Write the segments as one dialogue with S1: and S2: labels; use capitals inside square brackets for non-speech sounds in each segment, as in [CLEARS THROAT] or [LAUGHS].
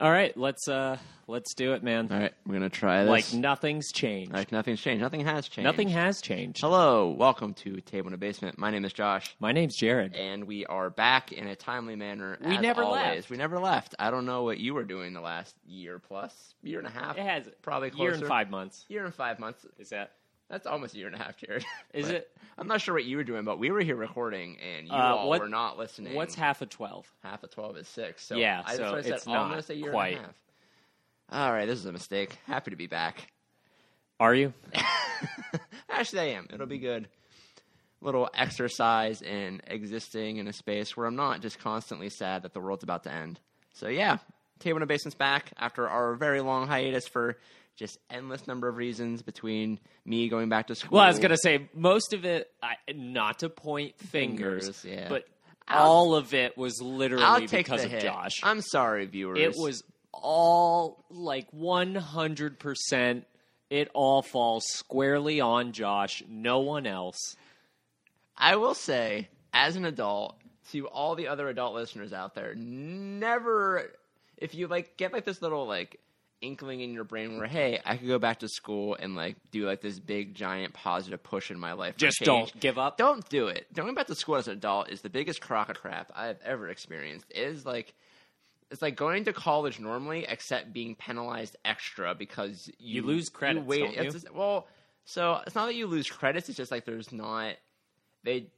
S1: All right, let's uh let's do it, man.
S2: All right, we're gonna try this.
S1: Like nothing's changed.
S2: Like nothing's changed. Nothing has changed.
S1: Nothing has changed.
S2: Hello, welcome to Table in a Basement. My name is Josh,
S1: My name's Jared.
S2: and we are back in a timely manner.
S1: We
S2: as
S1: never
S2: always.
S1: left.
S2: We never left. I don't know what you were doing the last year plus, year and a half.
S1: It has
S2: probably
S1: year
S2: closer.
S1: and five months.
S2: Year and five months.
S1: Is that?
S2: That's almost a year and a half, Jared.
S1: Is
S2: But
S1: it?
S2: I'm not sure what you were doing, but we were here recording, and you
S1: Uh,
S2: all
S1: what-
S2: were not listening.
S1: What's half of twelve?
S2: half of twelve is six. So
S1: Yeah,
S2: I, that's
S1: so
S2: why I said
S1: it's not
S2: almost a year
S1: quite.
S2: and a half. All right, this is a mistake. Happy to be back.
S1: Are you?
S2: Actually, I am. It'll be good. Little exercise in existing in a space where I'm not just constantly sad that the world's about to end. So yeah, Table in a Basement's back after our very long hiatus for just endless number of reasons between me going back to school.
S1: Well, I was gonna say most of it. I, not to point fingers,
S2: Fingers, yeah.
S1: but
S2: I'll-
S1: all of it was literally
S2: I'll take
S1: because
S2: the
S1: of
S2: hit.
S1: Josh.
S2: I'm sorry, viewers.
S1: it was all like one hundred percent. It all falls squarely on Josh, no one else.
S2: I will say, as an adult, to all the other adult listeners out there, never if you like get like this little like inkling in your brain where hey, I could go back to school and like do like this big giant positive push in my life. for
S1: Just
S2: change.
S1: don't give up.
S2: Don't do it. Going back to school as an adult is the biggest crock of crap I've ever experienced. It is like it's like going to college normally, except being penalized extra because you,
S1: You lose credits,
S2: wait-
S1: don't you?
S2: it's just- well, so it's not that you lose credits. It's just like there's not they.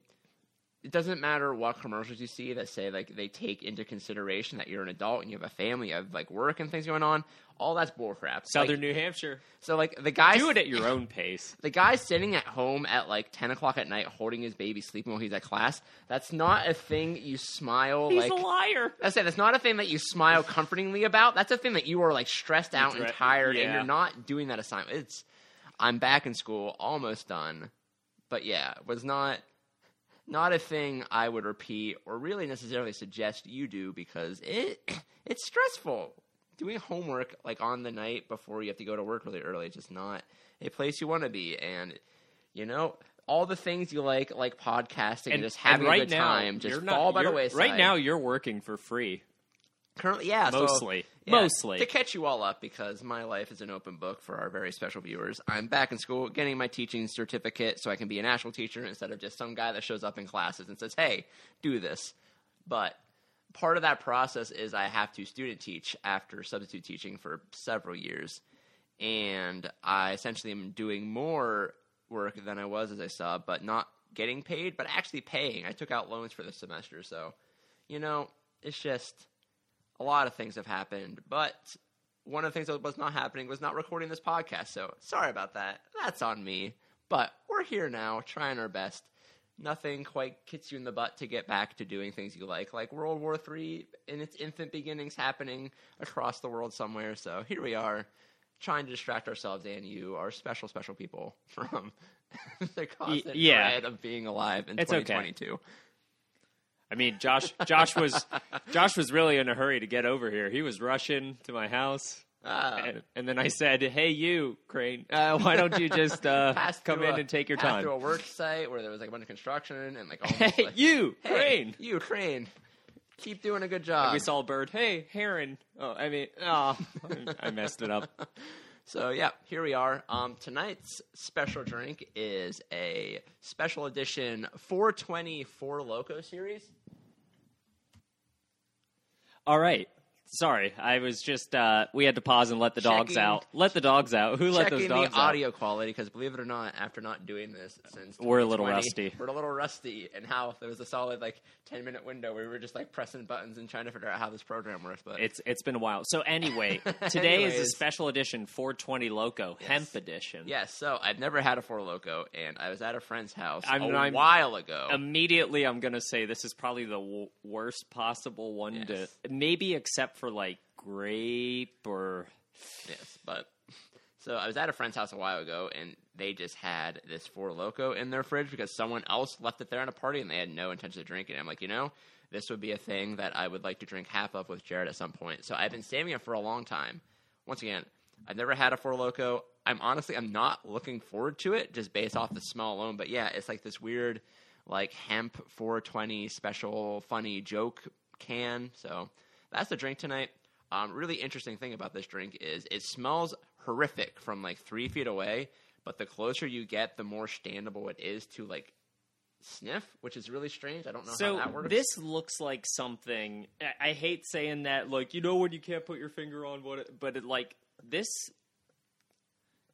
S2: It doesn't matter what commercials you see that say like they take into consideration that you're an adult and you have a family of like work and things going on. All that's bullcrap.
S1: Southern
S2: Like,
S1: New Hampshire.
S2: so like the guy
S1: Do it at your own pace.
S2: the guy sitting at home at like 10 o'clock at night holding his baby sleeping while he's at class that's not a thing you smile like
S1: liar.
S2: I said, that's not a thing that you smile comfortingly about. That's a thing that you are like stressed out and
S1: Dre-
S2: tired, and
S1: yeah.
S2: you're not doing that assignment. It's, I'm back in school, almost done, but yeah, was not, not a thing I would repeat or really necessarily suggest you do because it, [CLEARS THROAT] it's stressful. Doing homework like on the night before you have to go to work really early is just not a place you want to be, and you know. All the things you like, like podcasting and, just having
S1: right
S2: a good
S1: now,
S2: time, just
S1: you're not-
S2: fall by the
S1: you're-
S2: wayside.
S1: Right now, you're working for free.
S2: Currently, yeah, so-
S1: Mostly.
S2: yeah,
S1: Mostly.
S2: to catch you all up because my life is an open book for our very special viewers. I'm back in school, getting my teaching certificate so I can be an actual teacher instead of just some guy that shows up in classes and says, "Hey, do this." But part of that process is I have to student teach after substitute teaching for several years, and I essentially am doing more work than I was as a sub, but not getting paid, but actually paying. I took out loans for this semester, so you know, it's just a lot of things have happened, but one of the things that was not happening was not recording this podcast. So sorry about that. That's on me. But we're here now, trying our best. Nothing quite kicks you in the butt to get back to doing things you like, like World War III in its infant beginnings happening across the world somewhere. So here we are, trying to distract ourselves and you, our special, special people, [LAUGHS] from the constant
S1: yeah.
S2: dread of being alive in
S1: It's okay.
S2: 2022.
S1: I mean, Josh. Josh
S2: [LAUGHS]
S1: was Josh was really in a hurry to get over here. He was rushing to my house,
S2: Ah.
S1: and, and then I said, "Hey, you,
S2: [LAUGHS]
S1: Crane, uh, why don't you just uh,
S2: passed
S1: come
S2: through
S1: in
S2: a-
S1: and take your
S2: passed
S1: time?"
S2: through a work site where there was like a bunch of construction
S1: [LAUGHS]
S2: and like almost
S1: Hey,
S2: like,
S1: you,
S2: Hey, uh,
S1: Crane.
S2: you crane, keep doing a good job.
S1: We saw a bird. Hey, heron. Oh, I mean, oh, [LAUGHS] I messed it up.
S2: So yeah, here we are. Um, tonight's special drink is a special edition 420 Four Loco series.
S1: All right. Sorry, I was just uh, we had to pause and let the dogs
S2: Checking-
S1: out. Let the dogs out. Who let those
S2: Checking
S1: dogs
S2: the
S1: out?
S2: audio quality because believe it or not, after not doing this since
S1: We're a little
S2: 2020,
S1: rusty.
S2: We're a little rusty, and how there was a solid like 10 minute window where we were just like pressing buttons and trying to figure out how this program works. But
S1: It's it's been a while. So
S2: [LAUGHS]
S1: anyway, today is a
S2: Anyways.
S1: special edition 420 Loco Hemp Edition.
S2: Yes, so I've never had a Four Loco, and I was at a friend's house
S1: I'm-
S2: a
S1: I'm-
S2: while ago.
S1: Immediately, I'm gonna say this is probably the w- worst possible one to
S2: Yes.
S1: maybe except for like grape or
S2: yes, but so I was at a friend's house a while ago, and they just had this Four Loco in their fridge because someone else left it there at a party, and they had no intention of drinking. it. I'm like, you know, this would be a thing that I would like to drink half of with Jared at some point. So I've been saving it for a long time. Once again, I've never had a Four Loco. I'm honestly, I'm not looking forward to it just based off the smell alone. But yeah, it's like this weird, like hemp 420 special funny joke can. So that's the drink tonight. Um, really interesting thing about this drink is it smells horrific from like three feet away, but the closer you get, the more standable it is to like sniff, which is really strange. I don't know how
S1: So
S2: that works.
S1: this looks like something. I- I hate saying that, like you know when you can't put your finger on what, it, but it, like this.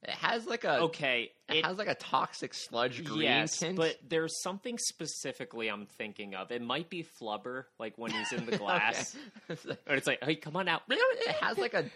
S2: it has like a
S1: Okay,
S2: it, has like a toxic sludge green
S1: yes,
S2: tint. [LAUGHS]
S1: but there's something specifically I'm thinking of. It might be flubber, like when he's in
S2: [LAUGHS]
S1: the glass,
S2: Okay.
S1: and it's like, hey, come
S2: [LAUGHS]
S1: on out.
S2: it has like a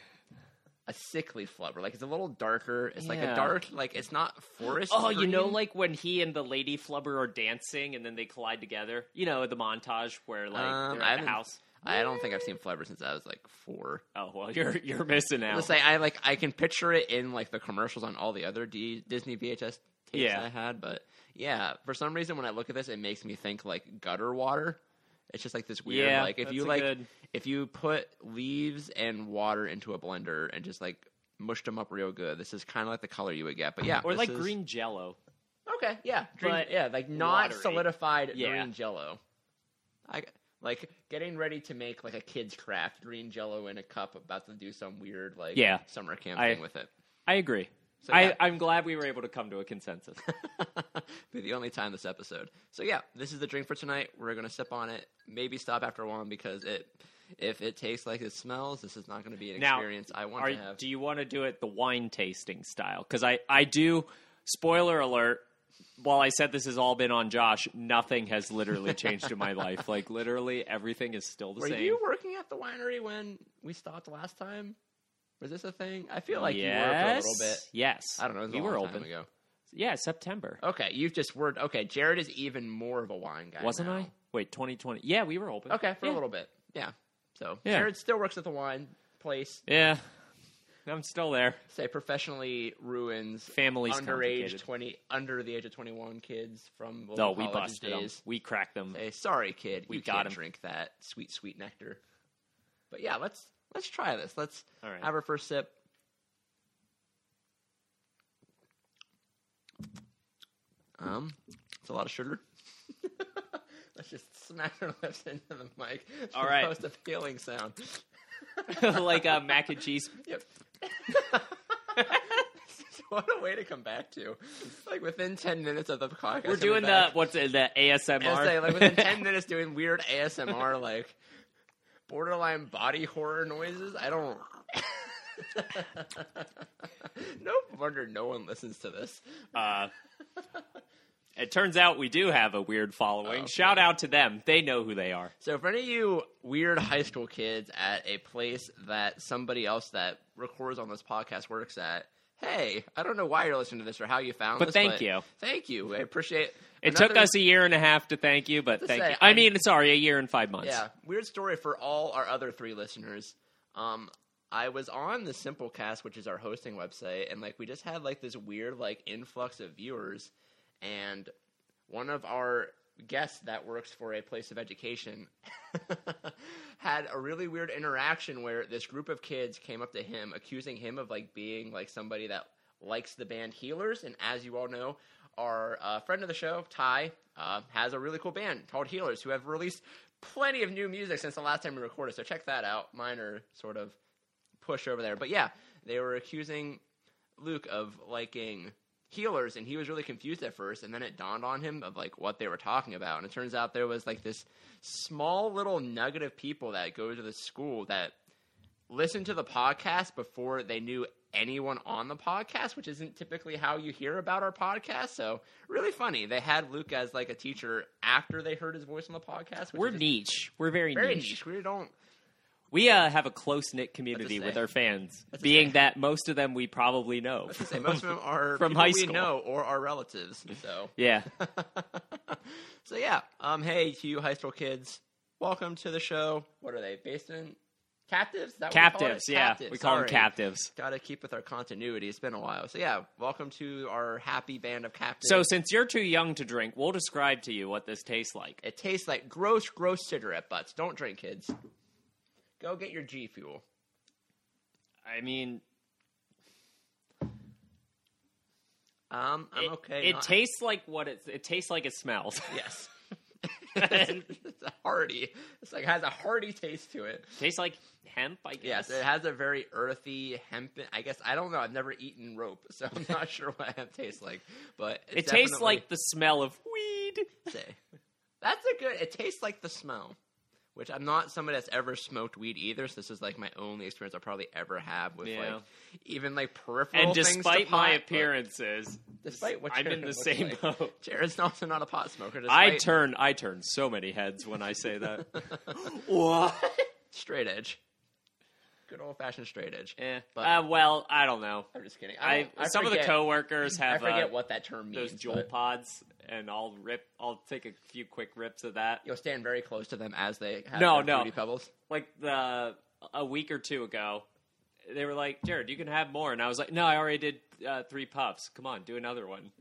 S2: a sickly flubber. Like it's a little darker. It's like a
S1: Yeah.
S2: dark. Like it's not forest.
S1: Oh, you know,
S2: green.
S1: like when he and the lady flubber are dancing, and then they collide together. You know, the montage where like
S2: Um,
S1: they're
S2: I
S1: at the
S2: haven't-
S1: house.
S2: I don't think I've seen flubber since I was like four.
S1: Oh well, [LAUGHS] you're you're missing out.
S2: Let's say I like I can picture it in like the commercials on all the other D- Disney VHS tapes
S1: Yeah.
S2: I had, but yeah, for some reason when I look at this, it makes me think like gutter water. It's just like this weird
S1: Yeah,
S2: like if
S1: that's
S2: you
S1: a
S2: like
S1: good-
S2: if you put leaves and water into a blender and just like mushed them up real good, this is kind of like the color you would get. But yeah,
S1: or
S2: this
S1: like
S2: is-
S1: green Jello.
S2: Okay, yeah, green,
S1: But
S2: yeah, like not
S1: watery.
S2: solidified
S1: Yeah.
S2: green Jello. I like getting ready to make like a kid's craft green Jello in a cup, about to do some weird like
S1: Yeah.
S2: summer camp
S1: I-
S2: thing with it.
S1: I agree.
S2: So, yeah. [LAUGHS]
S1: I, I'm glad we were able to come to a consensus.
S2: Be the only time this episode. So yeah, this is the drink for tonight. We're gonna sip on it. Maybe stop after one because it, if it tastes like it smells, this is not gonna be an
S1: Now,
S2: experience I want
S1: Are,
S2: to have.
S1: do you want to do it the wine tasting style? Because I, I do. Spoiler alert. While I said this has all been on Josh, nothing has literally changed in
S2: [LAUGHS]
S1: my life. Like literally, everything is still the
S2: Were
S1: same.
S2: you working at the winery when we stopped last time? Was this a thing? I feel like you were for a
S1: yes,
S2: little bit.
S1: yes.
S2: I don't know. It was a
S1: we
S2: long
S1: were
S2: time
S1: open.
S2: ago. Oh,
S1: Yeah, September.
S2: Okay, you've just word. Okay, Jared is even more of a wine guy.
S1: Wasn't
S2: now.
S1: I? Wait, 2020. Yeah, we were open.
S2: Okay, for
S1: yeah.
S2: a little bit. Yeah. So
S1: Yeah.
S2: Jared still works at the wine place.
S1: Yeah, I'm still there.
S2: Say professionally ruins
S1: Family's
S2: underage
S1: complicated.
S2: twenty under the age of twenty one kids from local
S1: No, we
S2: college
S1: busted them.
S2: days.
S1: We cracked
S2: [LAUGHS]
S1: them.
S2: Hey, sorry, kid.
S1: We
S2: you
S1: got
S2: can't
S1: him.
S2: drink that sweet, sweet nectar. But yeah, let's let's try this. Let's
S1: All right.
S2: have our first sip. Um, it's a lot of sugar. [LAUGHS] let's just smack our lips into the mic. It's
S1: All
S2: the
S1: right.
S2: most appealing sound.
S1: like uh, mac and cheese.
S2: Yep. [LAUGHS] what a way to come back to! Like within ten minutes of the podcast,
S1: We're
S2: we'll be
S1: doing the
S2: back.
S1: what's it, the ASMR.
S2: I was saying,
S1: [LAUGHS]
S2: like within ten minutes doing weird ASMR, like borderline body horror noises. I don't. [LAUGHS] no wonder no one listens to this.
S1: uh, it turns out we do have a weird following.
S2: Oh,
S1: Shout out to them; they know who they are.
S2: So, for any of you weird high school kids at a place that somebody else that records on this podcast works at, hey, I don't know why you're listening to this or how you found
S1: But
S2: this,
S1: thank you.
S2: Thank you. I appreciate
S1: It took
S2: Another-
S1: us a year and a half to thank you, but
S2: To
S1: thank
S2: say,
S1: you. I
S2: I'm-
S1: mean, sorry, a year and five months.
S2: Yeah, weird story for all our other three listeners. Um, I was on the Simplecast, which is our hosting website, and like we just had like this weird like influx of viewers, and one of our guests that works for a place of education [LAUGHS] had a really weird interaction where this group of kids came up to him accusing him of like being like somebody that likes the band healers and as you all know our uh, friend of the show ty uh, has a really cool band called healers who have released plenty of new music since the last time we recorded so check that out mine are sort of pushed over there but yeah they were accusing Luke of liking healers, and he was really confused at first, and then it dawned on him of like what they were talking about, and it turns out there was like this small little nugget of people that go to the school that listen to the podcast before they knew anyone on the podcast, which isn't typically how you hear about our podcast. So really funny. They had Luke as like a teacher after they heard his voice on the podcast. which
S1: we're
S2: is
S1: niche. We're very,
S2: very
S1: niche.
S2: niche. We don't
S1: We uh, have a close knit community
S2: say.
S1: with our fans,
S2: That's a
S1: being
S2: say.
S1: that most of them we probably know.
S2: I say most
S1: [LAUGHS]
S2: of them are
S1: From
S2: people
S1: high
S2: we
S1: school.
S2: know or our relatives. So [LAUGHS]
S1: yeah,
S2: so yeah, um, hey to you high school kids, welcome to the show. What are they based in? Captives? Is that what we call it?
S1: captives. Yeah, we call them
S2: sorry.
S1: captives.
S2: Gotta keep with our continuity. It's been a while. So yeah, welcome to our happy band of captives.
S1: So, since you're too young to drink, we'll describe to you what this tastes like.
S2: it tastes like gross, gross cigarette butts. Don't drink, kids. Go get your G fuel.
S1: I mean,
S2: Um, I'm
S1: it,
S2: okay.
S1: It
S2: not- Um,
S1: tastes like what it. It tastes like it smells. [LAUGHS]
S2: [LAUGHS] yes. [LAUGHS] it's, it's a hearty. It's like has a hearty taste to it.
S1: Tastes like hemp, I guess.
S2: Yes, it has a very earthy hemp. I guess I don't know. I've never eaten rope, [LAUGHS] so I'm not sure what hemp tastes like. But
S1: it tastes like the smell of weed.
S2: [LAUGHS] say that's a good. It tastes like the smell, which I'm not somebody that's ever smoked weed either. So this is like my only experience I'll probably ever have with
S1: Yeah.
S2: like even like peripheral.
S1: And
S2: things to
S1: despite my
S2: pot, but
S1: appearances,
S2: despite what
S1: I'm
S2: Jared
S1: in the
S2: looks
S1: same
S2: like.
S1: boat.
S2: Jared's also not a pot smoker.
S1: I
S2: despite-
S1: turn I turn so many heads when I say
S2: [LAUGHS]
S1: that. [LAUGHS] what?
S2: straight edge. Good old fashioned straight edge.
S1: Eh,
S2: But-
S1: uh, well, I don't know.
S2: I'm just kidding. I,
S1: I,
S2: don't- I
S1: some of the
S2: forget-
S1: coworkers
S2: I
S1: have
S2: forget
S1: uh,
S2: what that term means.
S1: those jewel
S2: but
S1: pods, and I'll rip. I'll take a few quick rips of that.
S2: You'll stand very close to them as they have
S1: No,
S2: their
S1: no.
S2: fruity pebbles.
S1: Like the a week or two ago, they were like, "Jared, you can have more," and I was like, "No, I already did uh, three puffs. Come on, do another one."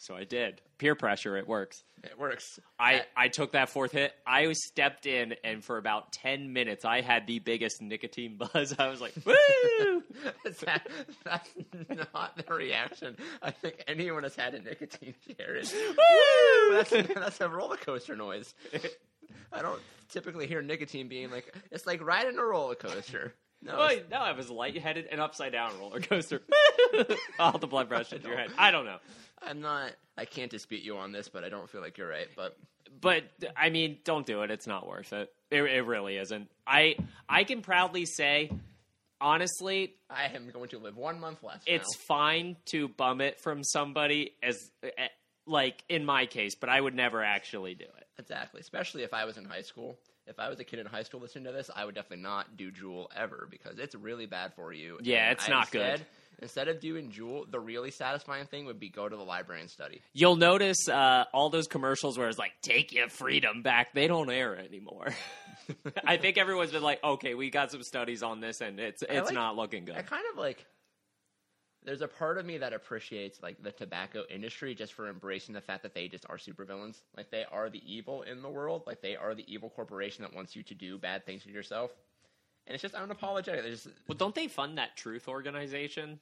S1: So I did. Peer pressure, it works.
S2: It works.
S1: I,
S2: That-
S1: I took that fourth hit. I stepped in, and for about 10 minutes, I had the biggest nicotine [LAUGHS] buzz. I was like, woo!
S2: that- [LAUGHS] that's not the reaction I think anyone has had a nicotine Jared.
S1: woo!
S2: that's,
S1: [LAUGHS]
S2: that's a roller coaster noise. I don't typically hear nicotine being like it's like riding a roller coaster. No,
S1: Well,
S2: it's-
S1: no, I was lightheaded and upside down roller coaster. [LAUGHS] All the blood rush into your head. I don't know.
S2: I'm not. I can't dispute you on this, but I don't feel like you're right. But
S1: But I mean, don't do it. It's not worth it. It, it really isn't. I I can proudly say, honestly,
S2: I am going to live one month less. now.
S1: it's fine to bum it from somebody as eh, like in my case, but I would never actually do it.
S2: Exactly. Especially if I was in high school. If I was a kid in high school listening to this, I would definitely not do Juul ever because it's really bad for you.
S1: Yeah,
S2: And
S1: it's not good.
S2: instead- Instead of doing Juul, the really satisfying thing would be go to the library and study.
S1: You'll notice uh, all those commercials where it's like "Take your freedom back." They don't air anymore. [LAUGHS] I think everyone's been like, "Okay, we got some studies on this, and it's it's
S2: like-
S1: not looking good."
S2: I kind of like. There's a part of me that appreciates like the tobacco industry just for embracing the fact that they just are supervillains. Like they are the evil in the world. Like they are the evil corporation that wants you to do bad things to yourself. And it's just unapologetic. They're just
S1: Well, don't they fund that Truth organization?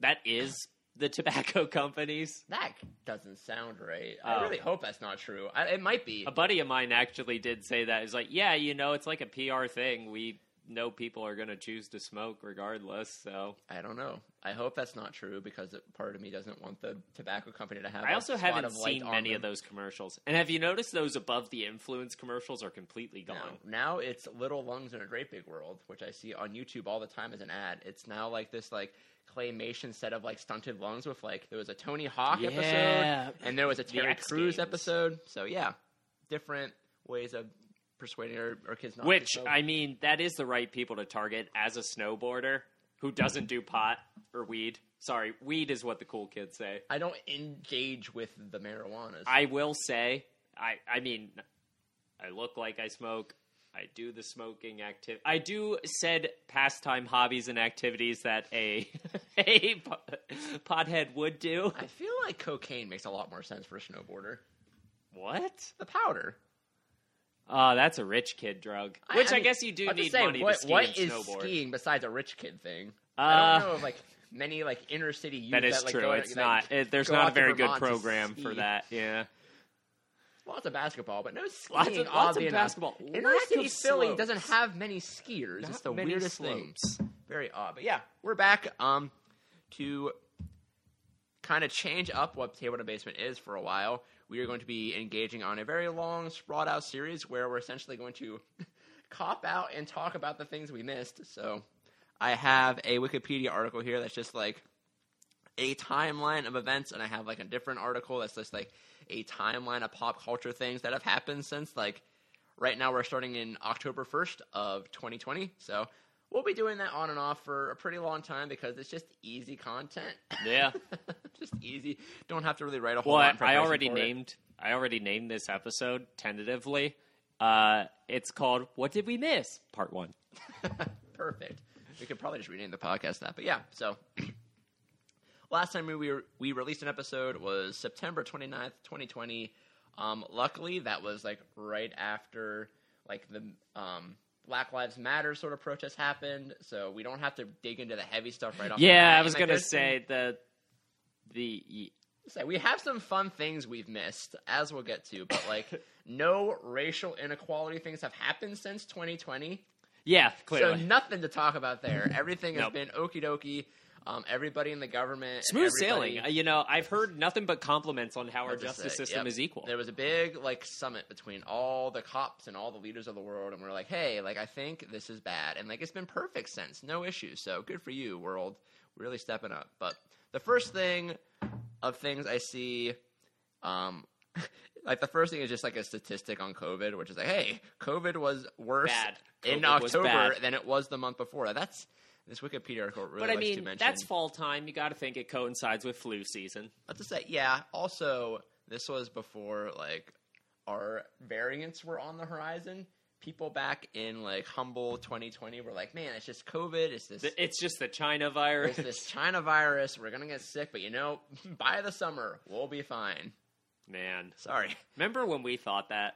S1: That is the tobacco [LAUGHS] companies.
S2: That doesn't sound right. I
S1: Oh.
S2: really hope that's not true. I, it might be.
S1: A buddy of mine actually did say that. He's like, "Yeah, you know, it's like a PR thing. We know people are going to choose to smoke regardless." So
S2: I don't know. I hope that's not true because it, part of me doesn't want the tobacco company to have.
S1: I
S2: Oh, a
S1: also
S2: spot
S1: haven't
S2: of light
S1: seen
S2: on
S1: many of
S2: them.
S1: those commercials. And have you noticed those above the influence commercials are completely gone?
S2: No. Now it's Little Lungs in a Great Big World, which I see on YouTube all the time as an ad. It's now like this like claymation set of like stunted lungs with like there was a Tony Hawk
S1: Yeah.
S2: episode and there was a Terry
S1: X
S2: Crews
S1: Games.
S2: episode. So yeah, different ways of persuading our, our kids not
S1: Which
S2: to smoke.
S1: I mean, that is the right people to target as a snowboarder who doesn't do pot or weed. Sorry, weed is what the cool kids say.
S2: I don't engage with the marijuanas.
S1: I will say, I I mean, I look like I smoke. I do the smoking activity. I do said pastime hobbies and activities that a [LAUGHS] a po- pothead would do.
S2: I feel like cocaine makes a lot more sense for a snowboarder.
S1: What?
S2: The powder.
S1: Oh, that's a rich kid drug. Which I,
S2: mean,
S1: guess you do
S2: I'm just
S1: need
S2: saying,
S1: money
S2: what,
S1: to ski
S2: what
S1: and
S2: is
S1: snowboard.
S2: skiing besides a rich kid thing? I
S1: Uh,
S2: don't know of like many like inner city youth.
S1: That is
S2: like,
S1: true.
S2: go-
S1: it's
S2: that
S1: not. It, there's
S2: go
S1: not a
S2: out to
S1: very good
S2: Vermont to
S1: program for
S2: ski.
S1: that. Yeah.
S2: Lots of basketball, but no skiing.
S1: Lots of- lots of
S2: oddly
S1: basketball.
S2: Enough. Inner
S1: Lack
S2: city
S1: of
S2: Philly
S1: slopes.
S2: doesn't have many skiers. it's the weirdest thing. very odd. But yeah, we're back um, to kind of change up what Table to Basement is for a while. We are going to be engaging on a very long, sprawled out series where we're essentially going to [LAUGHS] cop out and talk about the things we missed. So I have a Wikipedia article here that's just like a timeline of events, and I have like a different article that's just like a timeline of pop culture things that have happened since like right now we're starting in October 1st of 2020. So we'll be doing that on and off for a pretty long time because it's just easy content.
S1: [LAUGHS]
S2: [LAUGHS]
S1: Yeah.
S2: just easy. Don't have to really write a whole
S1: Well,
S2: lot.
S1: I,
S2: in
S1: I
S2: preparation
S1: already
S2: for it.
S1: named. I already named this episode tentatively. Uh, it's called "What Did We Miss?" Part One.
S2: Perfect. We could probably just rename the podcast that. But yeah, so [CLEARS THROAT] last time we were, we released an episode was September 29th, 2020. Um, luckily, that was like right after like the um, Black Lives Matter sort of protest happened, so we don't have to dig into the heavy stuff right off. the
S1: Yeah,
S2: bat.
S1: I was
S2: Like,
S1: gonna
S2: there's some-
S1: say the the
S2: So we have some fun things we've missed, as we'll get to, but like no racial inequality things have happened since 2020.
S1: Yeah,
S2: So
S1: clearly.
S2: nothing to talk about there. Everything has
S1: Nope.
S2: been okie dokie. Um, everybody in the government, and
S1: Smooth
S2: everybody-
S1: sailing. Uh, You know, I've heard nothing but compliments on how our
S2: Hard to
S1: justice
S2: say.
S1: system
S2: Yep.
S1: is equal.
S2: There was a big like summit between all the cops and all the leaders of the world, and we're like, hey, like I think this is bad, and like it's been perfect since, no issues. So good for you, world, really stepping up. But the first thing of things I see, um. [LAUGHS] Like the first thing is just like a statistic on COVID, which is like, hey, COVID was worse
S1: Bad.
S2: in
S1: COVID was
S2: October
S1: bad.
S2: than it was the month before. That's this Wikipedia article really
S1: but I
S2: likes to
S1: mean,
S2: mention.
S1: that's fall time. You got to think it coincides with flu season.
S2: Let's just say, yeah. Also, this was before like our variants were on the horizon. People back in like humble 2020 were like, man, it's just COVID. It's this,
S1: Th- It's just the China
S2: it's
S1: virus.
S2: this China virus. We're gonna get sick, but you know, by the summer we'll be fine.
S1: [LAUGHS] Man,
S2: Sorry,
S1: remember when we thought that?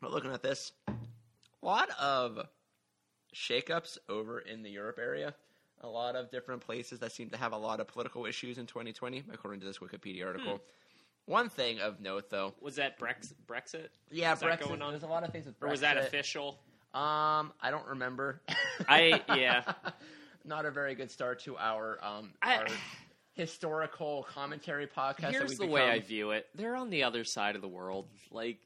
S2: but looking at this, a lot of shakeups over in the Europe area. A lot of different places that seem to have a lot of political issues in 2020, according to this Wikipedia article. One thing of note, though,
S1: Was that Brex- Brexit?
S2: Yeah,
S1: Is that
S2: Brexit.
S1: going on?
S2: There's a lot of things with Brexit.
S1: Or was that official?
S2: Um, I don't remember. [LAUGHS]
S1: I- yeah.
S2: Not a very good start to our um
S1: I-
S2: our historical commentary podcast. that we
S1: Here's the
S2: become.
S1: way I view it. They're on the other side of the world. Like,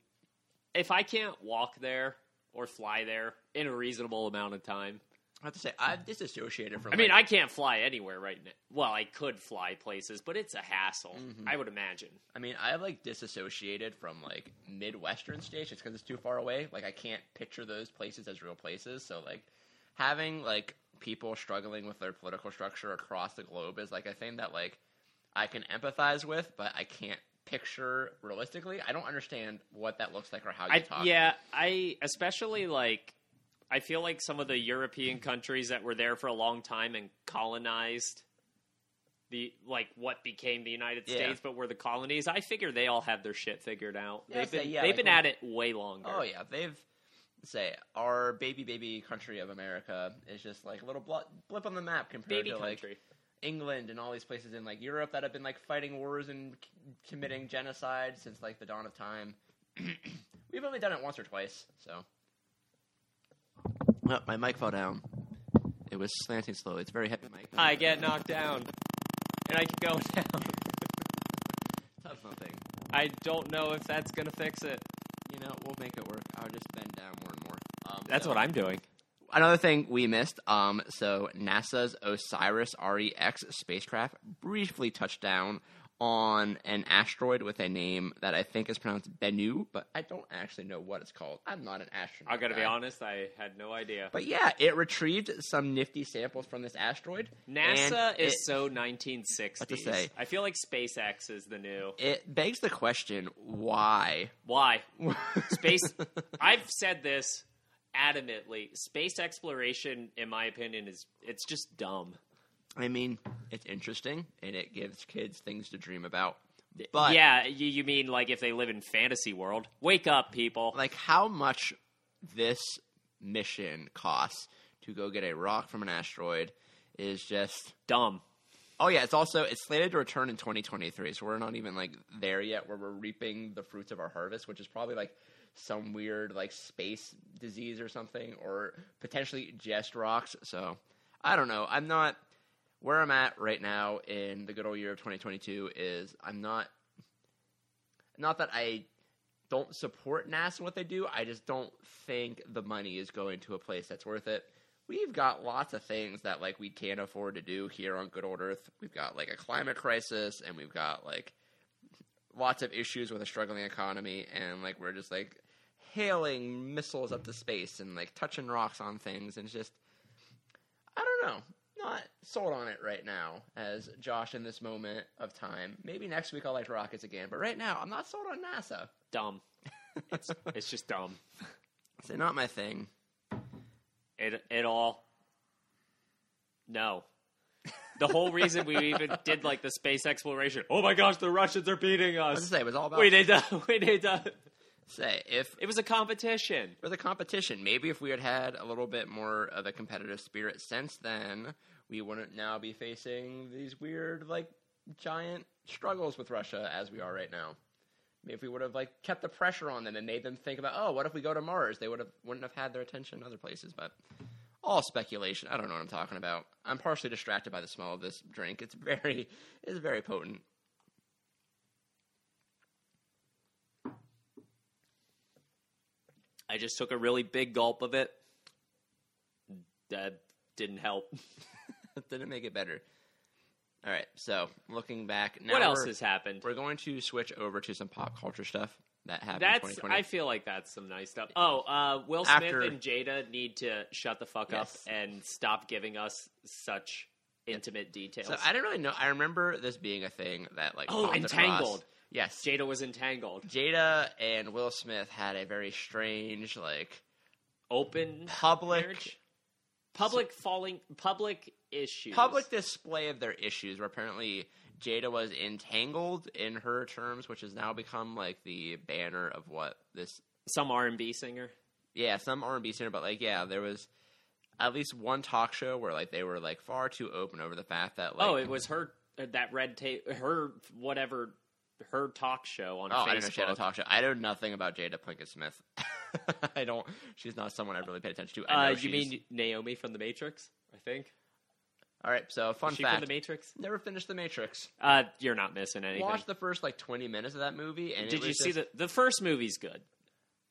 S1: if I can't walk there or fly there in a reasonable amount of time,
S2: I have to say I've disassociated from.
S1: I mean, I
S2: like,
S1: can't fly anywhere right now. Well, I could fly places, but it's a hassle.
S2: Mm-hmm.
S1: I would imagine.
S2: I mean, I've like disassociated from like midwestern states just because it's too far away. Like I can't picture those places as real places. So like having like people struggling with their political structure across the globe is like a thing that like I can empathize with, but I can't picture realistically. I don't understand what that looks like or how you
S1: I,
S2: talk.
S1: yeah, I especially like. I feel like some of the European countries that were there for a long time and colonized the like what became the United
S2: Yeah.
S1: States, but were the colonies. I figure they all have their shit figured out.
S2: Yeah, I'd
S1: they've been
S2: say, yeah,
S1: they've
S2: like
S1: been
S2: when-
S1: at it way longer.
S2: Oh yeah, they've say our baby baby country of America is just like a little blo- blip on the map compared
S1: baby
S2: to like
S1: country.
S2: England and all these places in like Europe that have been like fighting wars and c- committing genocide since like the dawn of time. [CLEARS THROAT] We've only done it once or twice, so. Oh, my mic fell down. It was slanting slowly. It's a very heavy mic.
S1: I get knocked down, and I keep going [LAUGHS] down.
S2: Tough something.
S1: I don't know if that's gonna fix it.
S2: You know, we'll make it work. I'll just bend down more and more. Um,
S1: That's
S2: so-
S1: what I'm doing.
S2: Another thing we missed. Um, so NASA's OSIRIS REx spacecraft briefly touched down on an asteroid with a name that I think is pronounced Bennu, but I don't actually know what it's called. I'm not an astronaut.
S1: I gotta be
S2: guy.
S1: honest, I had no idea.
S2: But yeah, it retrieved some nifty samples from this asteroid.
S1: NASA
S2: and
S1: is
S2: it-
S1: so 1960s.
S2: What to say?
S1: I feel like SpaceX is the new.
S2: It begs the question why?
S1: [LAUGHS] Why? Space. I've said this adamantly. Space exploration, in my opinion, is it's just dumb.
S2: I mean, it's interesting and it gives kids things to dream about. But
S1: yeah, you, you mean like if they live in fantasy world? Wake up, people!
S2: like how much this mission costs to go get a rock from an asteroid is just
S1: dumb.
S2: oh yeah it's also it's slated to return in 2023 so we're not even like there yet where we're reaping the fruits of our harvest which is probably like some weird like space disease or something or potentially just rocks so i don't know i'm not where i'm at right now in the good old year of 2022 is i'm not not that i don't support nasa and what they do i just don't think the money is going to a place that's worth it we've got lots of things that like we can't afford to do here on good old earth we've got like a climate crisis and we've got like lots of issues with a struggling economy and like we're just like hailing missiles up to space and like touching rocks on things and it's just i don't know not sold on it right now as josh in this moment of time maybe next week i'll like rockets again but right now i'm not sold on nasa
S1: Dumb. It's it's just dumb.
S2: it's not my thing
S1: It it all. No. The whole reason [LAUGHS] we even did like the space exploration. Oh my gosh, the Russians are beating
S2: i was
S1: us.
S2: gonna say uh, it was all about
S1: We need to. [LAUGHS] We need to.
S2: say if
S1: It was a competition.
S2: for the competition. Maybe if we had had a little bit more of a competitive spirit since then, we wouldn't now be facing these weird like giant struggles with Russia as we are right now. If we would have like kept the pressure on them and made them think about, oh, what if we go to Mars? They would have wouldn't have had their attention other places. But all speculation. I don't know what I'm talking about. I'm partially distracted by the smell of this drink. It's very it's very potent.
S1: I just took a really big gulp of it. That didn't help.
S2: Didn't make it better. All right. So looking back now,
S1: what else
S2: we're-
S1: has happened?
S2: We're going to switch over to some pop culture stuff that happened in
S1: That's.
S2: 2020.
S1: I feel like that's some nice stuff. Oh, uh, Will Smith
S2: After-
S1: and Jada need to shut the fuck
S2: Yes.
S1: up and stop giving us such intimate details.
S2: so I didn't really know. I remember this being a thing that like
S1: Oh,
S2: popped
S1: Entangled.
S2: across. Yes,
S1: Jada was entangled.
S2: Jada and Will Smith had a very strange like
S1: Open
S2: public
S1: marriage? public falling public issues.
S2: public display of their issues. Where apparently Jada was entangled in her terms, which has now become like the banner of what this
S1: some R and B singer.
S2: yeah, some R and B singer, but like yeah, there was at least one talk show where like they were like far too open over the fact that like
S1: oh, it was her that red tape her whatever her talk show on
S2: oh
S1: Facebook.
S2: I didn't know she had a talk show. I know nothing about Jada Pinkett Smith. [LAUGHS] I don't. She's not someone I've really paid attention to. I
S1: Uh,
S2: know
S1: you
S2: she's-
S1: mean Naomi from The Matrix? I think.
S2: all right? So fun
S1: Is she
S2: fact:
S1: from The Matrix?
S2: never finished The Matrix.
S1: Uh, you're not missing anything.
S2: Watched the first like twenty minutes of that movie, and it
S1: Did you
S2: was
S1: see
S2: just-
S1: the the first movie's good?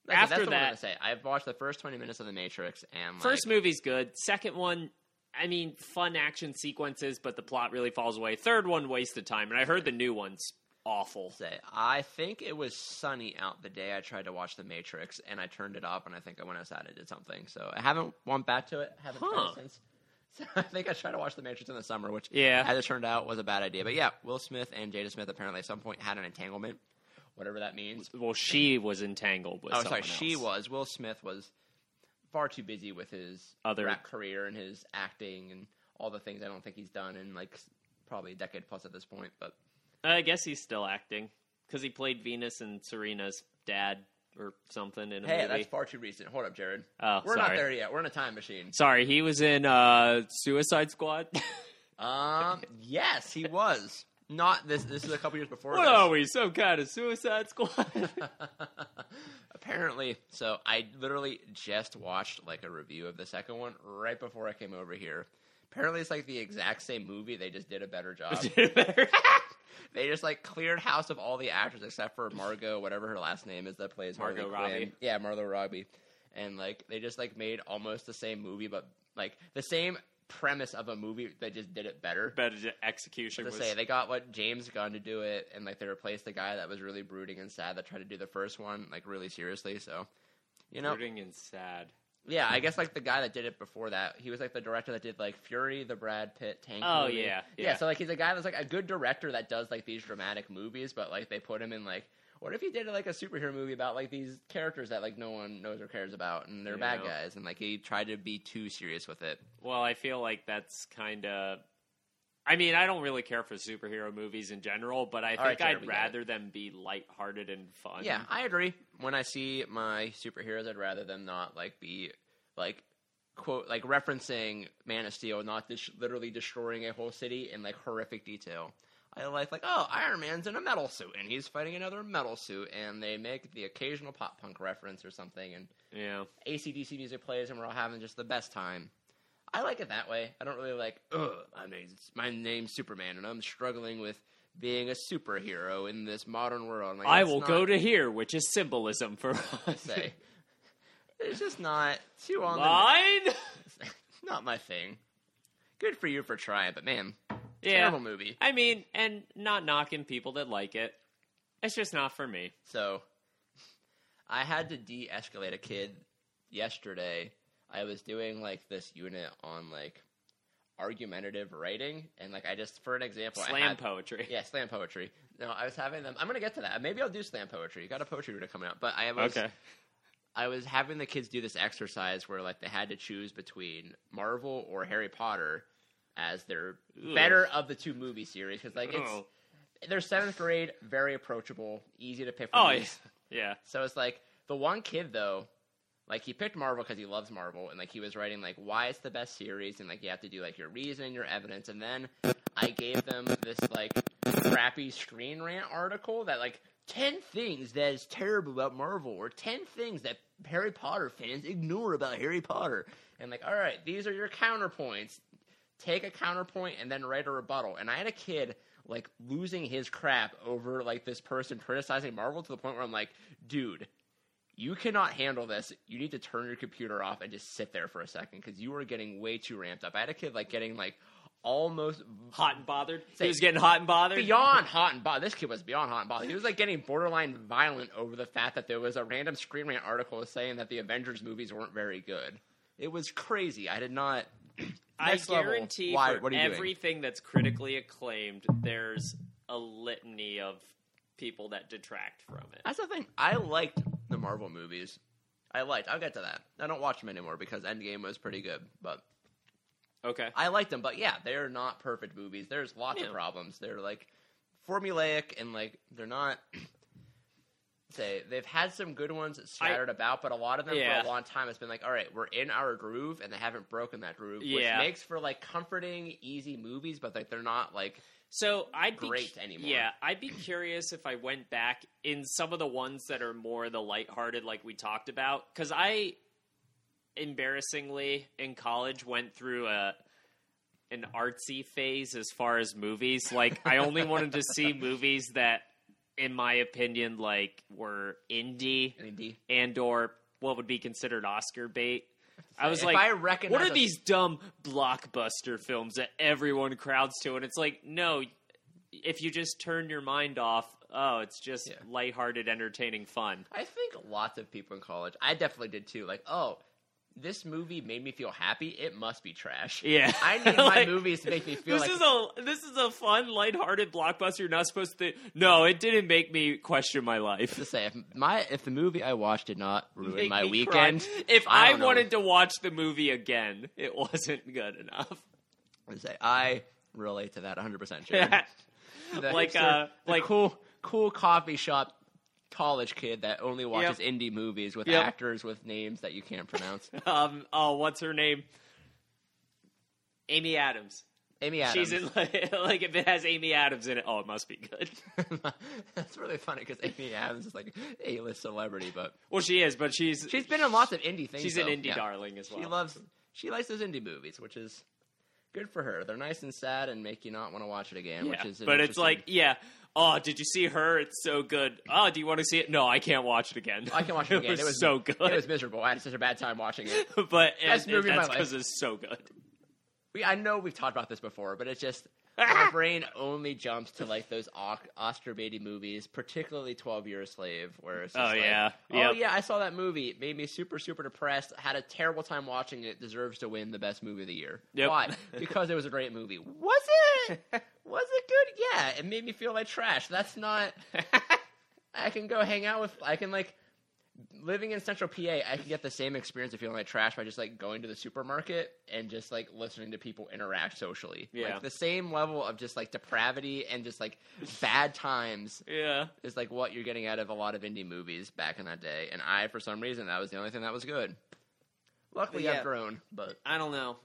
S2: That's-
S1: after
S2: that's what I'm
S1: that-
S2: gonna say I've watched the first twenty minutes of The Matrix, and like,
S1: First movie's good. Second one, I mean, fun action sequences, but the plot really falls away. Third one, wasted time. And I heard the new one's awful.
S2: say I think it was sunny out the day I tried to watch The Matrix, and I turned it off, and I think I went outside and did something. So I haven't went back to it. Haven't tried
S1: Huh.
S2: since. [LAUGHS] So I think I tried to watch The Matrix in the summer, which
S1: Yeah.
S2: as it turned out was a bad idea. But yeah, Will Smith and Jada Smith apparently at some point had an entanglement, whatever that means.
S1: Well, she was entangled with.
S2: Oh,
S1: someone
S2: sorry, she
S1: else.
S2: was. Will Smith was far too busy with his
S1: Other-
S2: rap career and his acting and all the things I don't think he's done in like s- probably a decade plus at this point. But
S1: I guess he's still acting because he played Venus and Serena's dad or something in a
S2: hey,
S1: movie.
S2: that's far too recent. Hold up, Jared.
S1: Oh,
S2: We're
S1: sorry.
S2: not there yet. We're in a time machine.
S1: Sorry, he was in uh, Suicide Squad. [LAUGHS]
S2: Um, [LAUGHS] yes, he was. Not this. This is a couple years before.
S1: what
S2: this.
S1: are we? Some kind of Suicide Squad?
S2: [LAUGHS]
S1: [LAUGHS]
S2: Apparently, so I literally just watched like a review of the second one right before I came over here. Apparently, it's like the exact same movie. They just did a
S1: [LAUGHS]
S2: better job. they just like cleared house of all the actors except for Margot, whatever her last name is, that plays Harley
S1: Margot
S2: Quinn.
S1: Robbie.
S2: Yeah, Margot Robbie. And like they just like made almost the same movie, but like the same premise of a movie. They just did it better
S1: Better ju- execution
S2: to
S1: was.
S2: say they got what James Gunn to do it, and like they replaced the guy that was really brooding and sad that tried to do the first one like really seriously. So, you know,
S1: brooding and sad.
S2: yeah, I guess like the guy that did it before that, he was like the director that did like Fury, the Brad Pitt Tank.
S1: Oh,
S2: movie.
S1: yeah,
S2: yeah,
S1: yeah.
S2: So like he's a guy that's like a good director that does like these dramatic movies, but like they put him in like. What if he did like a superhero movie about like these characters that like no one knows or cares about, and they're bad
S1: Yeah.
S2: guys, and like he tried to be too serious with it.
S1: Well, I feel like that's kind of. I mean, I don't really care for superhero movies in general, but I think
S2: right, Jared,
S1: I'd
S2: we get it.
S1: rather them be lighthearted and fun.
S2: Yeah, I agree. When I see my superheroes, I'd rather them not like be like quote like referencing Man of Steel, not dis- literally destroying a whole city in like horrific detail. I like like oh Iron Man's in a metal suit and he's fighting another metal suit, and they make the occasional pop punk reference or something, and
S1: yeah.
S2: ACDC music plays, and we're all having just the best time. I like it that way. I don't really like, ugh, I mean, it's- my name's Superman, and I'm struggling with being a superhero in this modern world. Like,
S1: I
S2: that's
S1: will
S2: not-
S1: go to here, which is symbolism for [LAUGHS] us.
S2: say. It's just not too on [LAUGHS]
S1: Mine.
S2: the not my thing. Good for you for trying, but man, terrible
S1: Yeah.
S2: movie.
S1: I mean, and not knocking people that like it. It's just not for me.
S2: So I had to de-escalate a kid yesterday. I was doing like this unit on like argumentative writing, and like I just for an example, I
S1: Slam
S2: had-
S1: poetry.
S2: Yeah, slam poetry. No, I was having them. I'm gonna get to that. Maybe I'll do slam poetry. Got a poetry reader coming out, but I was
S1: Okay.
S2: I was having the kids do this exercise where like they had to choose between Marvel or Harry Potter as their
S1: Ugh.
S2: better of the two movie series because like it's
S1: Oh.
S2: they're seventh grade, very approachable, easy to pick. From
S1: Oh,
S2: these.
S1: yeah.
S2: So it's like the one kid though Like he picked Marvel because he loves Marvel, and like he was writing like why it's the best series, and like you have to do like your reason, your evidence, and then I gave them this like crappy Screen Rant article that like ten things that is terrible about Marvel, or ten things that Harry Potter fans ignore about Harry Potter, and like all right, these are your counterpoints. Take a counterpoint and then write a rebuttal. And I had a kid like losing his crap over like this person criticizing Marvel to the point where I'm like, dude, you cannot handle this. You need to turn your computer off and just sit there for a second because you are getting way too ramped up. I had a kid like getting like almost
S1: Hot and bothered.
S2: Say-
S1: he was getting hot and bothered.
S2: beyond hot and bothered. This kid was beyond hot and bothered. He was like getting borderline violent over the fact that there was a random Screen Rant article saying that the Avengers movies weren't very good. It was crazy. I did not. [CLEARS THROAT]
S1: I
S2: Next level.
S1: guarantee
S2: Why-
S1: for
S2: what are you doing?
S1: everything that's critically acclaimed, there's a litany of people that detract from it.
S2: That's the thing. I liked the Marvel movies. I liked. I'll get to that. I don't watch them anymore because Endgame was pretty good, but
S1: Okay.
S2: I liked them. But yeah, they're not perfect movies. There's lots
S1: No.
S2: of problems. They're like formulaic and like they're not. [CLEARS THROAT] Say they've had some good ones scattered about, but a lot of them
S1: Yeah.
S2: for a long time has been like, all right, we're in our groove, and they haven't broken that groove,
S1: Yeah.
S2: which makes for like comforting, easy movies, but like they're not like
S1: So I'd be
S2: great anymore.
S1: Yeah, I'd be curious if I went back in some of the ones that are more the lighthearted, like we talked about, because I embarrassingly in college went through a an artsy phase as far as movies. Like I
S2: [LAUGHS]
S1: only wanted to see movies that, in my opinion, like were indie
S2: indie.
S1: and or what would be considered Oscar bait. I was
S2: if
S1: like,
S2: I recognize
S1: what are
S2: a-
S1: these dumb blockbuster films that everyone crowds to? And it's like, no, if you just turn your mind off, oh, it's just
S2: Yeah.
S1: lighthearted, entertaining fun.
S2: I think lots of people in college, I definitely did too. Like, oh, this movie made me feel happy. It must be trash.
S1: Yeah, [LAUGHS]
S2: I
S1: Like,
S2: need my movies to make me feel
S1: This
S2: like [LAUGHS]
S1: is a this is a fun, lighthearted blockbuster. You're not supposed to. No, it didn't make me question my life.
S2: to say if my if the movie I watched did not ruin
S1: Make
S2: my
S1: me cry.
S2: weekend.
S1: [LAUGHS] If
S2: I
S1: I,
S2: don't know.
S1: wanted to watch the movie again, it wasn't good enough.
S2: I say I relate to that 100. percent Sure. The
S1: Like,
S2: hipster-
S1: uh,
S2: the
S1: like-
S2: cool cool coffee shop college kid that only watches
S1: Yep.
S2: indie movies with
S1: Yep.
S2: actors with names that you
S1: [LAUGHS]
S2: can't pronounce.
S1: [LAUGHS] um, oh, what's her name? Amy Adams.
S2: Amy Adams.
S1: She's in [LAUGHS] like, like if it has Amy Adams in it, oh, it must be good. [LAUGHS]
S2: [LAUGHS] That's really funny because Amy Adams is like a list celebrity, but
S1: Well, she is, but she's
S2: she's been in lots of indie things.
S1: she's
S2: though.
S1: an indie
S2: Yeah.
S1: darling as well.
S2: She loves she likes those indie movies, which is good for her. They're nice and sad and make you not want to watch it again,
S1: yeah.
S2: which is an
S1: but it's
S2: interesting-
S1: like, yeah. Oh, did you see her? It's so good. Oh, do you want to see it? No, I can't watch [LAUGHS] it again.
S2: I can watch it again.
S1: was,
S2: It was-
S1: so good,
S2: it was miserable. I had such a bad time watching it.
S1: [LAUGHS] but
S2: Best
S1: it,
S2: movie of my
S1: that's
S2: life.
S1: because it's so good.
S2: We I know we've talked about this before, but
S1: [LAUGHS]
S2: it's just my brain only jumps to like those o- Oscar Beatty movies, particularly Twelve Year a Slave, where it's just
S1: Oh,
S2: like,
S1: yeah.
S2: oh
S1: Yep.
S2: yeah, I saw that movie. It made me super super depressed. Had a terrible time watching it. Deserves to win the best movie of the year.
S1: Yep. [LAUGHS]
S2: Why? Because it was a great movie. Was it? Was it good? Yeah, it made me feel like trash. That's not. I can go hang out with. I can like living in Central PA. I can get the same experience of feeling like trash by just like going to the supermarket and just like listening to people interact socially.
S1: Yeah.
S2: like, the same level of just like depravity and just like bad times
S1: yeah.
S2: is like what you're getting out of a lot of indie movies back in that day. And I, for some reason, that was the only thing that was good. Luckily,
S1: Yeah.
S2: I've grown, but
S1: I don't know.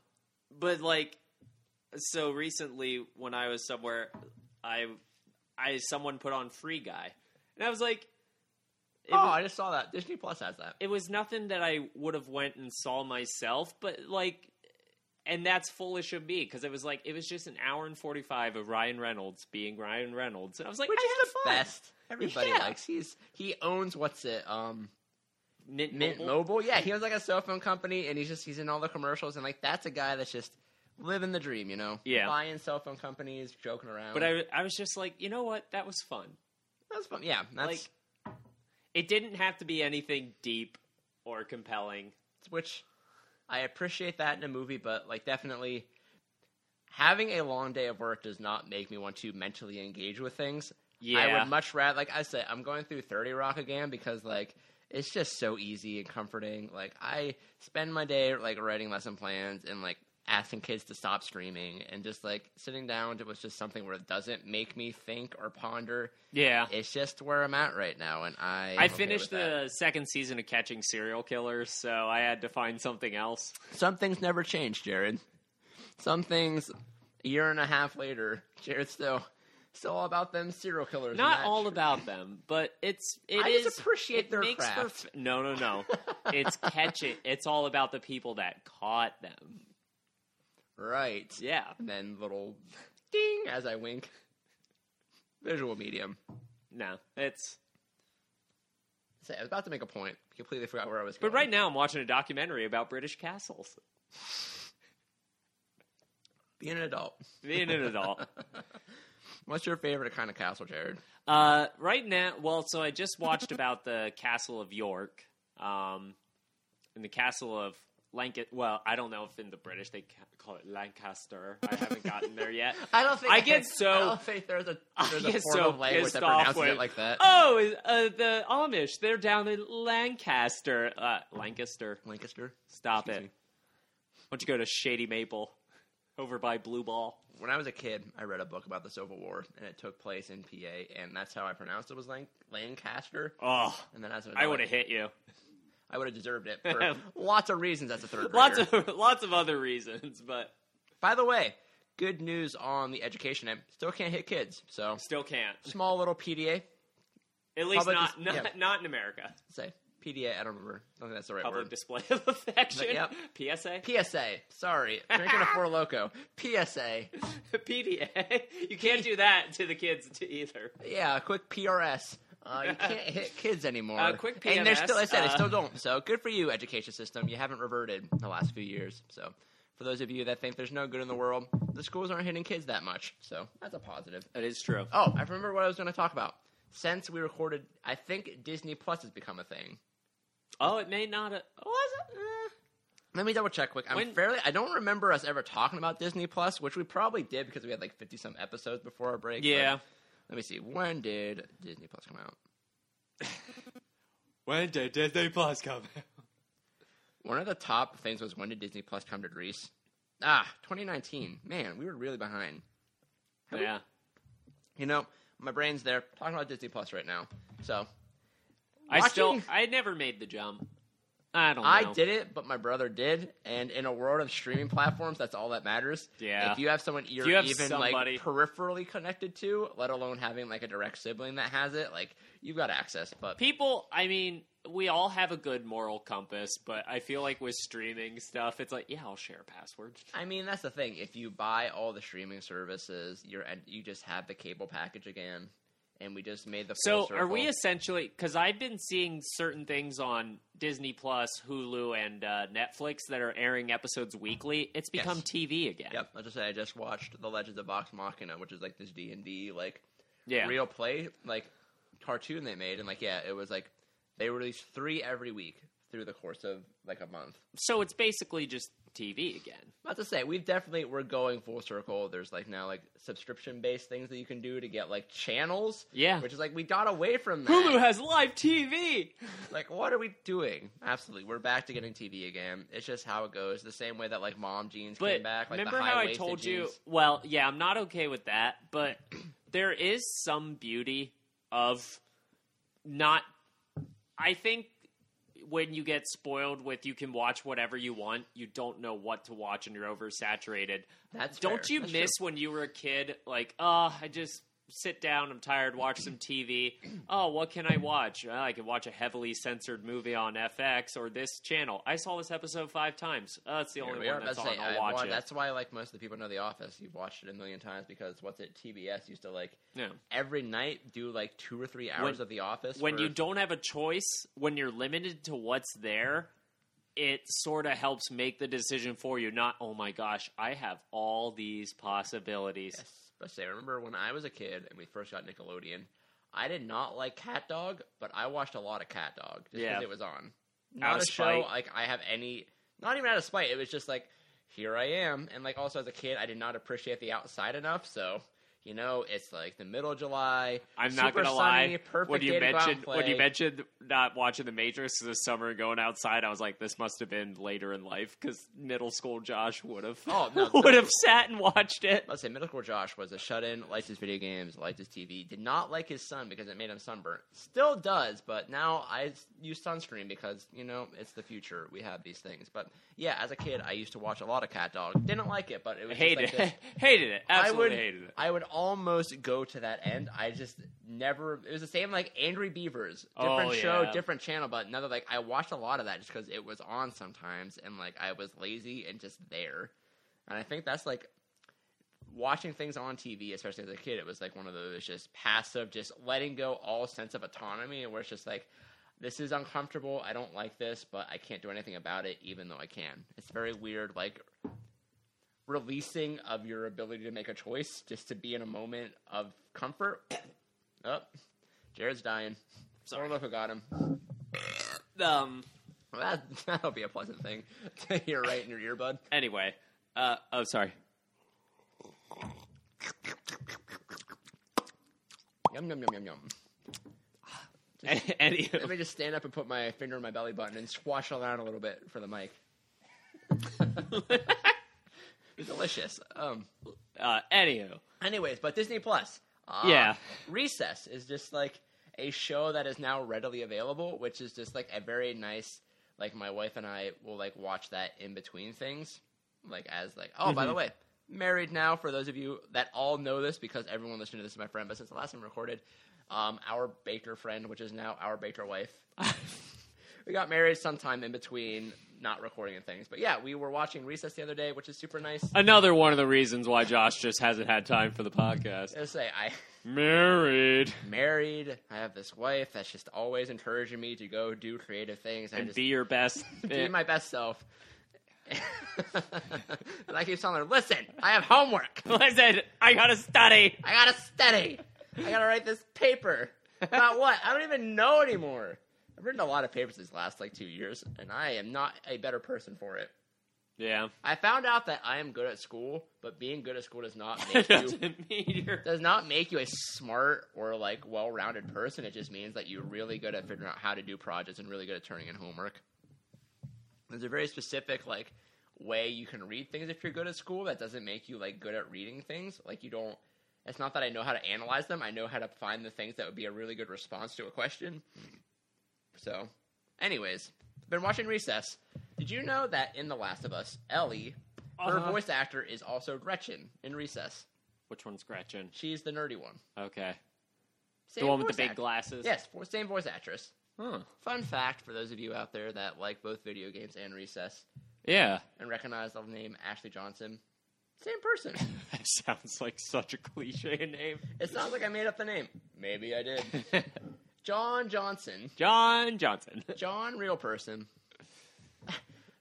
S1: But like so recently when I was somewhere I I someone put on Free Guy. And I was like it,
S2: oh,
S1: wa-
S2: I just saw that Disney Plus has that.
S1: it was nothing that I would have went and saw myself, but like and that's foolish of me because it was like it was just an hour and 45 of Ryan Reynolds being Ryan Reynolds. And I was like,
S2: which
S1: I
S2: is
S1: had
S2: the
S1: fun.
S2: best. Everybody
S1: Yeah.
S2: likes. He's he owns what's it? Um,
S1: Mint,
S2: Mint
S1: Mobile.
S2: Mobile. Yeah, he owns like a cell phone company, and he's just he's in all the commercials, and like that's a guy that's just living the dream, you know?
S1: Yeah.
S2: buying cell phone companies, joking around.
S1: But I I was just like, you know what? That was fun.
S2: that's fun. Yeah, that's
S1: like it didn't have to be anything deep or compelling.
S2: which I appreciate that in a movie, but like definitely having a long day of work does not make me want to mentally engage with things.
S1: Yeah.
S2: I would much rather, like I said, I'm going through 30 Rock again because, like, it's just so easy and comforting. Like, I spend my day, like, writing lesson plans and, like, asking kids to stop screaming and just like sitting down was just something where it doesn't make me think or ponder.
S1: Yeah.
S2: It's just where I'm at right now, and I
S1: I finished the second season of Catching Serial Killers, so I had to find something else.
S2: some things never change, Jared. Some things a year and a half later, Jared's still still all about them serial killers. and
S1: Not
S2: that
S1: all
S2: shit.
S1: about them, but it's it is.
S2: I just appreciate
S1: it
S2: their
S1: makes for
S2: craft.
S1: f- no, no, no. it's catching. It's all about the people that caught them.
S2: right.
S1: Yeah.
S2: And then little ding as I wink. Visual medium.
S1: No, it's.
S2: Say, I was about to make a point. Completely forgot where I was.
S1: But
S2: going.
S1: right now, I'm watching a documentary about British castles.
S2: being an adult,
S1: Being an adult.
S2: what's your favorite kind of castle, Jared?
S1: Uh, right now, well, so I just watched about the Castle of York, um, and the Castle of Lancaster. Well, I don't know if in the British they ca- call it Lancaster. I haven't gotten there yet.
S2: I don't think
S1: I get so-
S2: I don't think there's a
S1: [LAUGHS] I
S2: there's a
S1: get
S2: form
S1: so
S2: of language that
S1: pissed off
S2: pronounces
S1: when-
S2: it like that.
S1: Oh, is- uh, the Amish, they're down in Lancaster. Uh, Lancaster,
S2: Lancaster.
S1: stop
S2: Excuse
S1: it.
S2: me.
S1: Why don't you go to Shady Maple over by Blue Ball?
S2: When I was a kid, I read a book about the Civil War, and it took place in PA, and that's how I pronounced it was Lan- Lancaster.
S1: Oh,
S2: And then as an
S1: I
S2: adult,
S1: would have hit you.
S2: I would have deserved it
S1: [LAUGHS]
S2: for lots of reasons. As a third grader.
S1: Lots of [LAUGHS] lots of other reasons, but
S2: By the way, good news on the education end. Still can't hit kids, so
S1: still can't.
S2: small little PDA.
S1: At least
S2: Public
S1: not
S2: dis-
S1: not,
S2: yeah.
S1: not in America.
S2: Say PDA. I don't remember. I don't think that's the right
S1: Public
S2: word.
S1: display of affection.
S2: Yep.
S1: [LAUGHS] PSA.
S2: PSA. Sorry, drinking a four loco. PSA.
S1: PDA. You can't do that to the kids t- either.
S2: Yeah, a quick PRS. Uh, you can't hit kids anymore.
S1: Uh, quick
S2: And they're
S1: PMS,
S2: still, I said, they
S1: uh,
S2: still don't. So good for you, education system. You haven't reverted in the last few years. So for those of you that think there's no good in the world, the schools aren't hitting kids that much. So that's a positive.
S1: That is true.
S2: Oh, I remember what I was going to talk about. Since we recorded, I think Disney Plus has become a thing.
S1: Oh, it may not. A- was it? Eh.
S2: Let me double check quick. I'm
S1: When-
S2: fairly. I don't remember us ever talking about Disney Plus, which we probably did because we had like 50 some episodes before our break. but
S1: Yeah.
S2: Let me see. When did Disney Plus come out?
S1: When did Disney Plus come?
S2: One of the top things was when did Disney Plus come to Greece? Ah, 2019. Man, we were really behind. Have we-
S1: yeah.
S2: You know, my brain's there talking about Disney Plus right now. So
S1: I still.
S2: Watching-
S1: I never made the jump. I don't. know.
S2: I did it, but my brother did. And in a world of streaming platforms, that's all that matters.
S1: Yeah.
S2: If you have someone you're
S1: you have
S2: even
S1: somebody-
S2: like peripherally connected to, let alone having like a direct sibling that has it, like you've got access. But
S1: People. I mean, we all have a good moral compass, but I feel like with streaming stuff, it's like, yeah, I'll share a password.
S2: I mean, that's the thing. If you buy all the streaming services, you're and you just have the cable package again. And we just made the full
S1: So are we
S2: circle.
S1: essentially because I've been seeing certain things on Disney Plus, Hulu, and uh, Netflix that are airing episodes weekly. It's become
S2: Yes.
S1: TV again.
S2: Yep, I just say I just watched The Legends of Vox Machina, which is like this D and D like
S1: Yeah.
S2: real play like cartoon they made, and like yeah, it was like they released three every week through the course of like a month.
S1: So it's basically just TV again.
S2: Not to say we've definitely we're going full circle. There's like now like subscription based things that you can do to get like channels,
S1: Yeah.
S2: which is like we got away from that.
S1: Hulu has live TV.
S2: like what are we doing? Absolutely, we're back to getting TV again. It's just how it goes. The same way that like mom jeans
S1: But
S2: came back. Like
S1: remember
S2: the
S1: how I
S2: high-waisted
S1: told you?
S2: jeans.
S1: Well, yeah, I'm not okay with that,
S2: [CLEARS THROAT]
S1: but there is some beauty of not. I think when you get spoiled with you can watch whatever you want, you don't know what to watch and you're oversaturated.
S2: That's
S1: Don't
S2: fair.
S1: you
S2: That's
S1: miss when you were a kid, like, oh, I just sit down, I'm tired, watch some TV. [CLEARS THROAT] Oh, what can I watch? Well, I can watch a heavily censored movie on FX or this channel. I saw this episode five times. Uh, it's the
S2: Here
S1: only
S2: we are.
S1: one that's
S2: That's,
S1: on.
S2: say,
S1: I'll
S2: I
S1: watch
S2: wa-
S1: it.
S2: that's why, like most of the people know The Office, you've watched it a million times because what's it? TBS used to like
S1: Yeah.
S2: every night do like two or three hours of The Office.
S1: When
S2: for-
S1: you don't have a choice, when you're limited to what's there, it sort of helps make the decision for you. Not, oh my gosh, I have all these possibilities.
S2: Yes. But say, I remember when I was a kid and we first got Nickelodeon. I did not like Cat Dog, but I watched a lot of Cat Dog just because
S1: Yeah.
S2: it was on.
S1: Out
S2: Not
S1: of
S2: a
S1: spite.
S2: show like I have any. Not even out of spite. It was just like here I am, and like also as a kid, I did not appreciate the outside enough. So You know, it's like the middle of July.
S1: I'm not
S2: super
S1: gonna
S2: sunny,
S1: lie.
S2: Perfect
S1: When you
S2: day to go out
S1: mentioned
S2: and
S1: when you
S2: play.
S1: mentioned not watching The Matrix this summer and going outside, I was like, this must have been later in life because middle school Josh would have
S2: Oh, no.
S1: [LAUGHS] would have sat and watched it.
S2: Let's say middle school Josh was a shut in, likes his video games, liked his TV, did not like his sun because it made him sunburn. Still does, but now I s- use sunscreen because, you know, it's the future. We have these things. But yeah, as a kid, I used to watch a lot of Cat Dog. Didn't like it, but it was just
S1: Hated
S2: like
S1: it.
S2: this-
S1: [LAUGHS] hated it.
S2: I
S1: Absolutely
S2: would,
S1: hated it.
S2: I would almost go to that end. I just never. It was the same like Angry Beavers,
S1: Oh,
S2: different show,
S1: yeah.
S2: different channel, but another like I watched a lot of that just because it was on sometimes, and like I was lazy and just there. And I think that's like watching things on TV, especially as a kid. It was like one of those just passive, just letting go all sense of autonomy, where it's just like. This is uncomfortable. I don't like this, but I can't do anything about it, even though I can. It's very weird, like releasing of your ability to make a choice just to be in a moment of comfort. [COUGHS] oh, Jared's dying. I don't know who got him.
S1: Um.
S2: Well, that, [LAUGHS] that'll be a pleasant thing [LAUGHS] to hear right in your earbud.
S1: Anyway. Uh. Oh, sorry.
S2: Yum, yum, yum, yum, yum.
S1: [LAUGHS] Any.
S2: Let me [LAUGHS] just stand up and put my finger in my belly button and squash around a little bit for the mic. [LAUGHS] Delicious. Um.
S1: Uh. Anywho.
S2: Anyways, but Disney Plus. Uh,
S1: Yeah. [LAUGHS]
S2: Recess is just like a show that is now readily available, which is just like a very nice. Like my wife and I will like watch that in between things, like as like oh by the way, married now. For those of you that all know this because everyone listening to this is my friend, but since the last time we recorded, um, our baker friend, which is now our baker wife, we got married sometime in between not recording and things. But yeah, we were watching Recess the other day, which is super nice.
S1: Another one of the reasons why Josh just hasn't had time for the podcast.
S2: I say I.
S1: Married.
S2: married. I have this wife that's just always encouraging me to go do creative things and,
S1: And
S2: just
S1: be
S2: [LAUGHS] be,
S1: your best.
S2: my best self. [LAUGHS] and I keep telling her, "Listen, I have homework.
S1: [LAUGHS] Listen, I gotta study.
S2: I gotta study. I gotta write this paper about what I don't even know anymore." I've written a lot of papers these last like two years, and I am not a better person for it.
S1: Yeah. [LAUGHS]
S2: I found out that I am good at school, but being good at school does not make you
S1: Doesn't mean you're-
S2: does not make you a smart or like well-rounded person. It just means that you're really good at figuring out how to do projects and really good at turning in homework. There's a very specific like way you can read things if you're good at school that doesn't make you like good at reading things. Like you don't it's not that I know how to analyze them. I know how to find the things that would be a really good response to a question. So, anyways, been watching Recess. Did you know that in The Last of Us, Ellie, her
S1: Uh-huh.
S2: voice actor is also Gretchen in Recess.
S1: Which one's Gretchen?
S2: She's the nerdy one.
S1: Okay.
S2: Same
S1: the one with
S2: voice
S1: the big
S2: act- Hmm.
S1: glasses.
S2: Yes, for, same voice actress.
S1: Huh.
S2: Fun fact for those of you out there that like both video games and Recess
S1: Yeah. [LAUGHS]
S2: and recognize the name Ashley Johnson, same person.
S1: That sounds like such a cliche name. [LAUGHS]
S2: it sounds like I made up the name. Maybe I did. John Johnson.
S1: John Johnson.
S2: John, real person.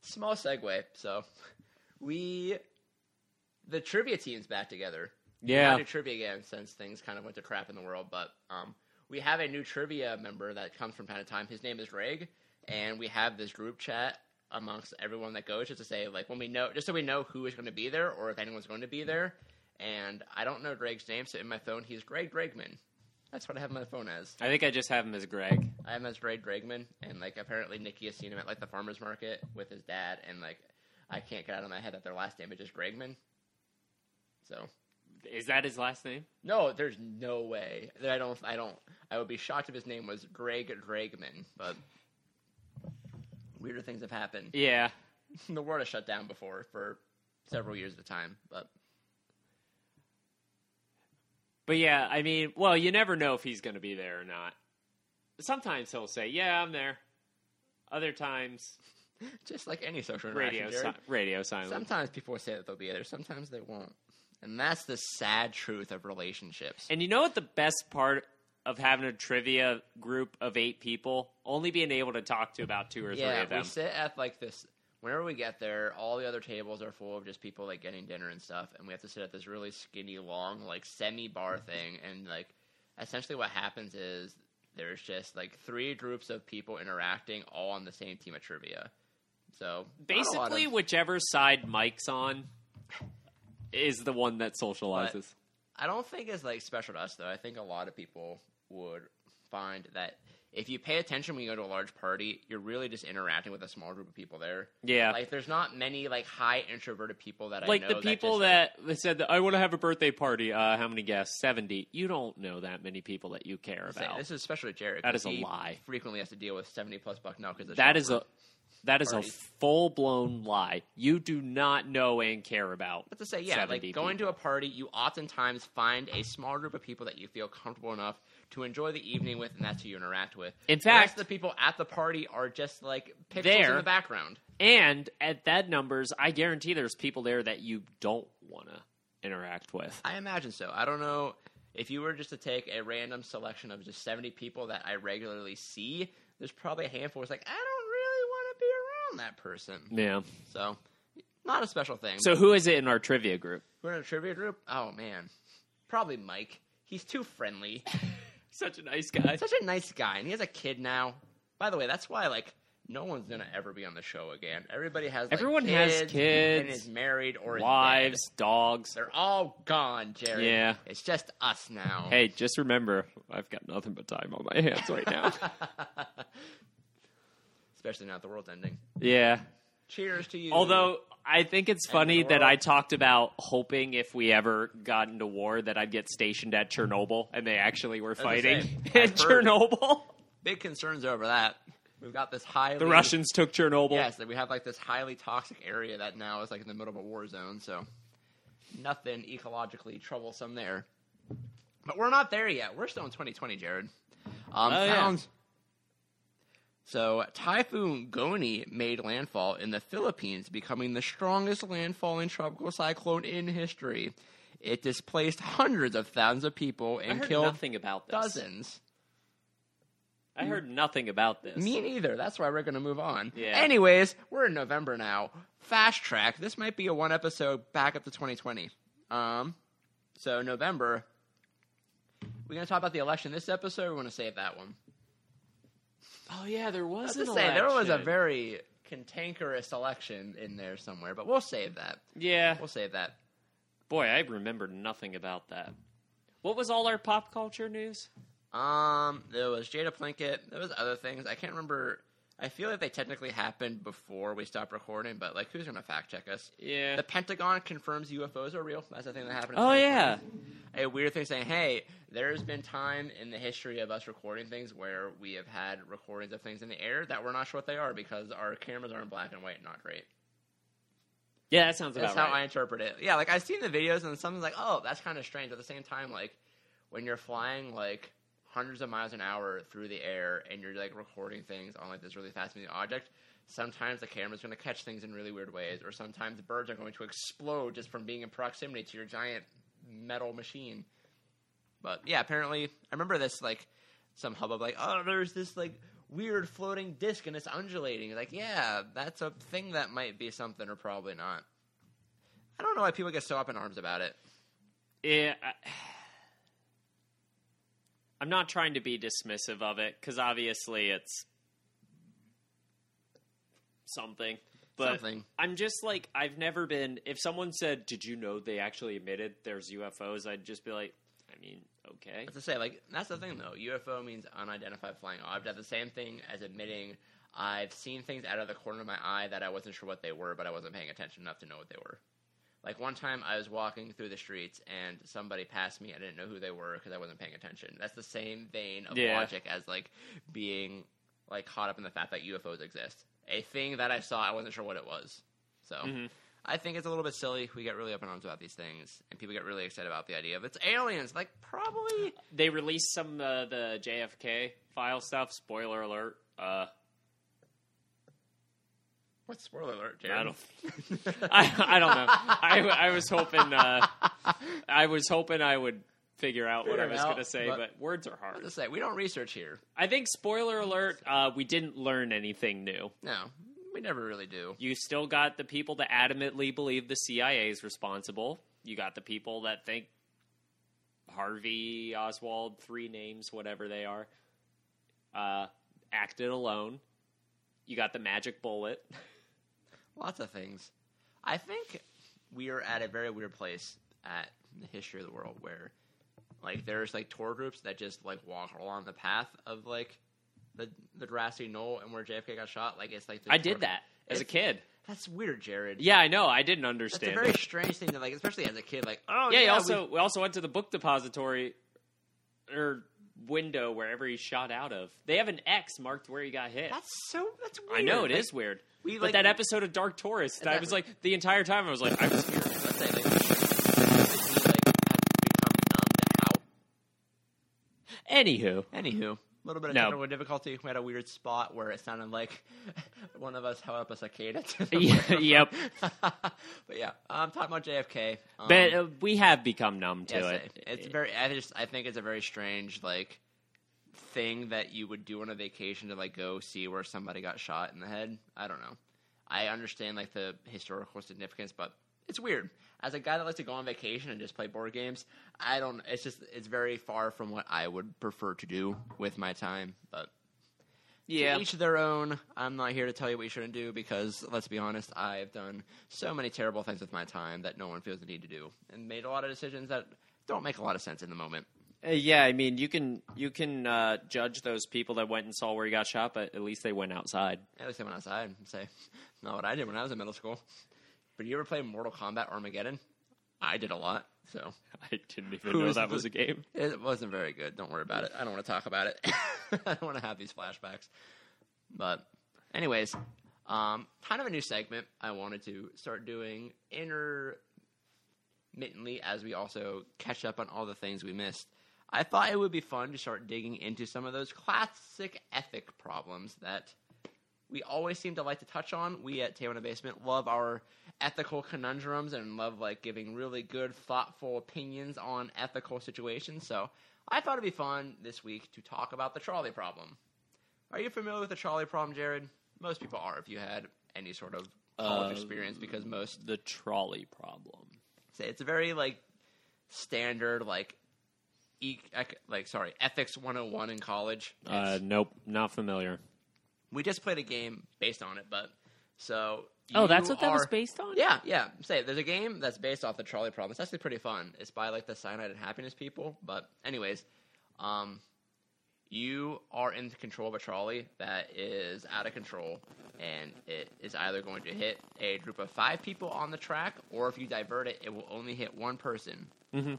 S2: Small segue. So, we. The trivia team's back together. not
S1: Yeah.
S2: do trivia again since things kind of went to crap in the world. But um, we have a new trivia member that comes from time to time. His name is Reg, and we have this group chat amongst everyone that goes just to say like when we know just so we know who is going to be there or if anyone's going to be there. And I don't know Greg's name, so in my phone he's Greg Dregman. That's what I have my phone as.
S1: I think I just have him as Greg.
S2: I am as Greg Dregman, and like apparently Nikki has seen him at like the farmers market with his dad, and like I can't get out of my head that their last name is just Gregman. So
S1: Is that his last name?
S2: no, there's no way. I don't. I don't. I would be shocked if his name was Greg Dragman. But weirder things have happened.
S1: Yeah.
S2: the world has shut down before for several years at a time. But
S1: But yeah, I mean, well, you never know if he's going to be there or not. Sometimes he'll say, "Yeah, I'm there." Other times,
S2: just like any social interaction,
S1: radio
S2: Jared,
S1: si- radio silence.
S2: sometimes people will say that they'll be there. Sometimes they won't. And that's the sad truth of relationships.
S1: And you know what the best part of having a trivia group of eight people? Only being able to talk to about two or three
S2: yeah,
S1: of
S2: we
S1: them.
S2: sit at like this. Whenever we get there, all the other tables are full of just people like getting dinner and stuff, and we have to sit at this really skinny, long, like
S1: [LAUGHS]
S2: semi bar thing. And like, essentially, what happens is there's just like three groups of people interacting all on the same team at trivia. So not a lot
S1: Basically,
S2: of-
S1: whichever side Mike's on is the one that socializes.
S2: I don't think it's like special to us though. I think a lot of people would find that if you pay attention when you go to a large party, you're really just interacting with a small group of people there.
S1: Yeah.
S2: Like there's not many like high introverted people that I
S1: like
S2: know
S1: the people
S2: just, like-
S1: that, that said, that, I want to have a birthday party. Uh, how many guests? 70. You don't know that many people that you care
S2: Say-
S1: about.
S2: This is especially Jared.
S1: That
S2: 'cause
S1: is a
S2: he
S1: lie.
S2: Frequently has to deal with seventy plus buck knuckles.
S1: That is a that is a
S2: Parties.
S1: full blown lie. You do not know and care about.
S2: But to say, yeah, like
S1: 70
S2: going to a party, you oftentimes find a small group of people that you feel comfortable enough to enjoy the evening with, and that's who you interact with.
S1: In
S2: The rest
S1: fact-
S2: of the people at the party are just like pixels in
S1: There.
S2: the background.
S1: And at that numbers, I guarantee there's people there that you don't want to interact with.
S2: I imagine so. I don't know if you were just to take a random selection of just seventy people that I regularly see. There's probably a handful. It's like I don't really want to be around that person. [LAUGHS]
S1: Yeah.
S2: So, not a special thing.
S1: So who is it in our trivia group?
S2: We're in a trivia group. Oh man, probably Mike. He's too friendly.
S1: Such a nice guy.
S2: Such a nice guy, and he has a kid now. By the way, that's why like no one's gonna ever be on the show again. Everybody has like,
S1: Everyone has
S2: kids, and
S1: kids,
S2: is married or is
S1: Wives, dogs.
S2: dead. They're all gone, Jared.
S1: Yeah.
S2: it's just us now.
S1: Hey, just remember, I've got nothing but time on my hands right [LAUGHS] now.
S2: especially now that the world's ending.
S1: yeah.
S2: Cheers to you.
S1: Although I think it's funny
S2: the
S1: that
S2: world.
S1: I talked about hoping if we ever got into war that I'd get stationed at Chernobyl, and they actually were
S2: I
S1: fighting [LAUGHS]
S2: say,
S1: at
S2: I've
S1: [LAUGHS]
S2: heard.
S1: Chernobyl.
S2: big concerns over that. We've got this highly
S1: The Russians took Chernobyl.
S2: Yes, that we have like this highly toxic area that now is like in the middle of a war zone, so nothing ecologically troublesome there. But we're not there yet. We're still in 2020, Jared. Um,
S1: Oh, yeah.
S2: sounds- So Typhoon Goni made landfall in the Philippines, becoming the strongest landfalling tropical cyclone in history. It displaced hundreds of thousands of people
S1: I
S2: and
S1: heard
S2: killed
S1: nothing about this.
S2: dozens.
S1: I heard nothing about this.
S2: Me neither. That's why we're going to move on.
S1: Yeah.
S2: Anyways, we're in November now. Fast track. This might be a one episode back up to 2020. Um, so November. We're going to talk about the election this episode. We want to save that one.
S1: Oh yeah, there
S2: I was
S1: was an
S2: to say there was a
S1: election.
S2: very cantankerous election in there somewhere, but we'll save that.
S1: yeah.
S2: We'll save that.
S1: Boy, I remember nothing about that. What was all our pop culture news?
S2: Um, there was Jada Plinkett. There was other things. I can't remember. I feel like they technically happened before we stopped recording, but like, who's gonna fact check us?
S1: Yeah.
S2: The Pentagon confirms UFOs are real. That's the thing that happened. in
S1: Oh
S2: 2020.
S1: yeah.
S2: a weird thing saying, "Hey, there's been time in the history of us recording things where we have had recordings of things in the air that we're not sure what they are because our cameras are in black and white, and not great."
S1: Yeah, that sounds about
S2: That's how
S1: right.
S2: I interpret it. Yeah, like I've seen the videos, and something's like, "Oh, that's kind of strange." At the same time, like when you're flying like hundreds of miles an hour through the air and you're like recording things on like this really fast moving object. Sometimes the camera's going to catch things in really weird ways, or sometimes birds are going to explode just from being in proximity to your giant metal machine. But yeah, apparently I remember this like some hubbub like, oh, there's this like weird floating disc and it's undulating. Like, yeah, that's a thing that might be something or probably not. I don't know why people get so up in arms about it.
S1: Yeah. Eh, I- [SIGHS] I'm not trying to be dismissive of it because obviously it's something. But
S2: Something.
S1: I'm just like I've never been. If someone said, "Did you know they actually admitted there's UFOs?" I'd just be like, "I mean, okay."
S2: But to say, like, that's the thing though. UFO means unidentified flying object. That's the same thing as admitting I've seen things out of the corner of my eye that I wasn't sure what they were, but I wasn't paying attention enough to know what they were. Like one time, I was walking through the streets and somebody passed me. I didn't know who they were because I wasn't paying attention. That's the same vein of
S1: Yeah.
S2: logic as like being like caught up in the fact that UFOs exist. A thing that I saw, I wasn't sure what it was. So
S1: Mhm.
S2: I think it's a little bit silly. We get really up in arms about these things, and people get really excited about the idea of it's aliens. Like probably
S1: They released some uh, the JFK file stuff. Spoiler alert. Uh, [LAUGHS]
S2: What spoiler alert,
S1: I
S2: Jared? [LAUGHS]
S1: don't. I, I don't know. I, I was hoping. Uh, I was hoping I would figure out
S2: Figure
S1: what
S2: it
S1: I was
S2: out,
S1: going to say,
S2: but-
S1: but, words are hard.
S2: Let's say we don't research here.
S1: I think spoiler alert, uh, we didn't learn anything new.
S2: No, we never really do.
S1: You still got the people that adamantly believe the CIA is responsible. You got the people that think Harvey Oswald, three names, whatever they are, uh, acted alone. You got the magic bullet.
S2: Lots of things. I think we are at a very weird place at in the history of the world where like there's like tour groups that just like walk along the path of like the the grassy knoll and where JFK got shot. Like it's like the
S1: I
S2: tour-
S1: did that as a
S2: It's-
S1: kid.
S2: That's weird, Jared.
S1: Yeah, I know. I didn't
S2: That's a
S1: understand.
S2: very
S1: it.
S2: strange thing to like, especially as a kid. Like, oh
S1: yeah,
S2: yeah,
S1: he
S2: we-
S1: also we also went to the book depository or window wherever he shot out of. They have an X marked where he got hit.
S2: that's so that's weird.
S1: I know it
S2: Like,
S1: is weird.
S2: We
S1: But
S2: like
S1: that episode of Dark Taurus, I was like the entire time I was like, I [LAUGHS] was
S2: Let's say like, we, like, have
S1: anywho.
S2: become numb to how. Anywho, a little bit of
S1: No.
S2: technical difficulty. We had a weird spot where it sounded like [LAUGHS] one of us held up a cicada. To the
S1: [LAUGHS] Yeah,
S2: microphone.
S1: yep.
S2: [LAUGHS] but yeah, I'm talking about JFK. Um,
S1: But uh, we have become numb to
S2: yes,
S1: it.
S2: It's very. I just. I think it's a very strange like thing that you would do on a vacation to like go see where somebody got shot in the head. I don't know. I understand like the historical significance, but it's weird. As a guy that likes to go on vacation and just play board games, I don't. It's just. It's very far from what I would prefer to do with my time. But to
S1: yeah.
S2: each their own. I'm not here to tell you what you shouldn't do because, let's be honest, I've done so many terrible things with my time that no one feels the need to do and made a lot of decisions that don't make a lot of sense in the moment.
S1: Uh, yeah, I mean, you can you can uh, judge those people that went and saw where he got shot, but at least they went outside. [LAUGHS]
S2: At least I went outside and say, not what I did when I was in middle school. But you ever play Mortal Kombat Armageddon? I did a lot, so
S1: I didn't even
S2: Who
S1: know
S2: is
S1: that
S2: the-
S1: was a game.
S2: it wasn't very good. Don't worry about it. I don't want to talk about it. [LAUGHS] I don't want to have these flashbacks. But, anyways, um, kind of a new segment I wanted to start doing intermittently as we also catch up on all the things we missed. I thought it would be fun to start digging into some of those classic ethic problems that we always seem to like to touch on. We at Table in the Basement love our ethical conundrums and love like giving really good, thoughtful opinions on ethical situations. So I thought it'd be fun this week to talk about the trolley problem. Are you familiar with the trolley problem, Jared? Most people are if you had any sort of college
S1: Uh,
S2: experience, because most
S1: The trolley problem.
S2: say it's a very like standard like. E- ec- like sorry ethics 101 in college
S1: Uh,
S2: It's-
S1: nope, not familiar.
S2: we just played a game based on it but so
S1: Oh, that's
S2: you
S1: what that was
S2: are-
S1: based on.
S2: Yeah, yeah. Say there's a game that's based off the trolley problem. It's actually pretty fun. It's by like the Cyanide and Happiness people. But anyways, um, you are in control of a trolley that is out of control, and it is either going to hit a group of five people on the track, or if you divert it, it will only hit one person.
S1: Mhm.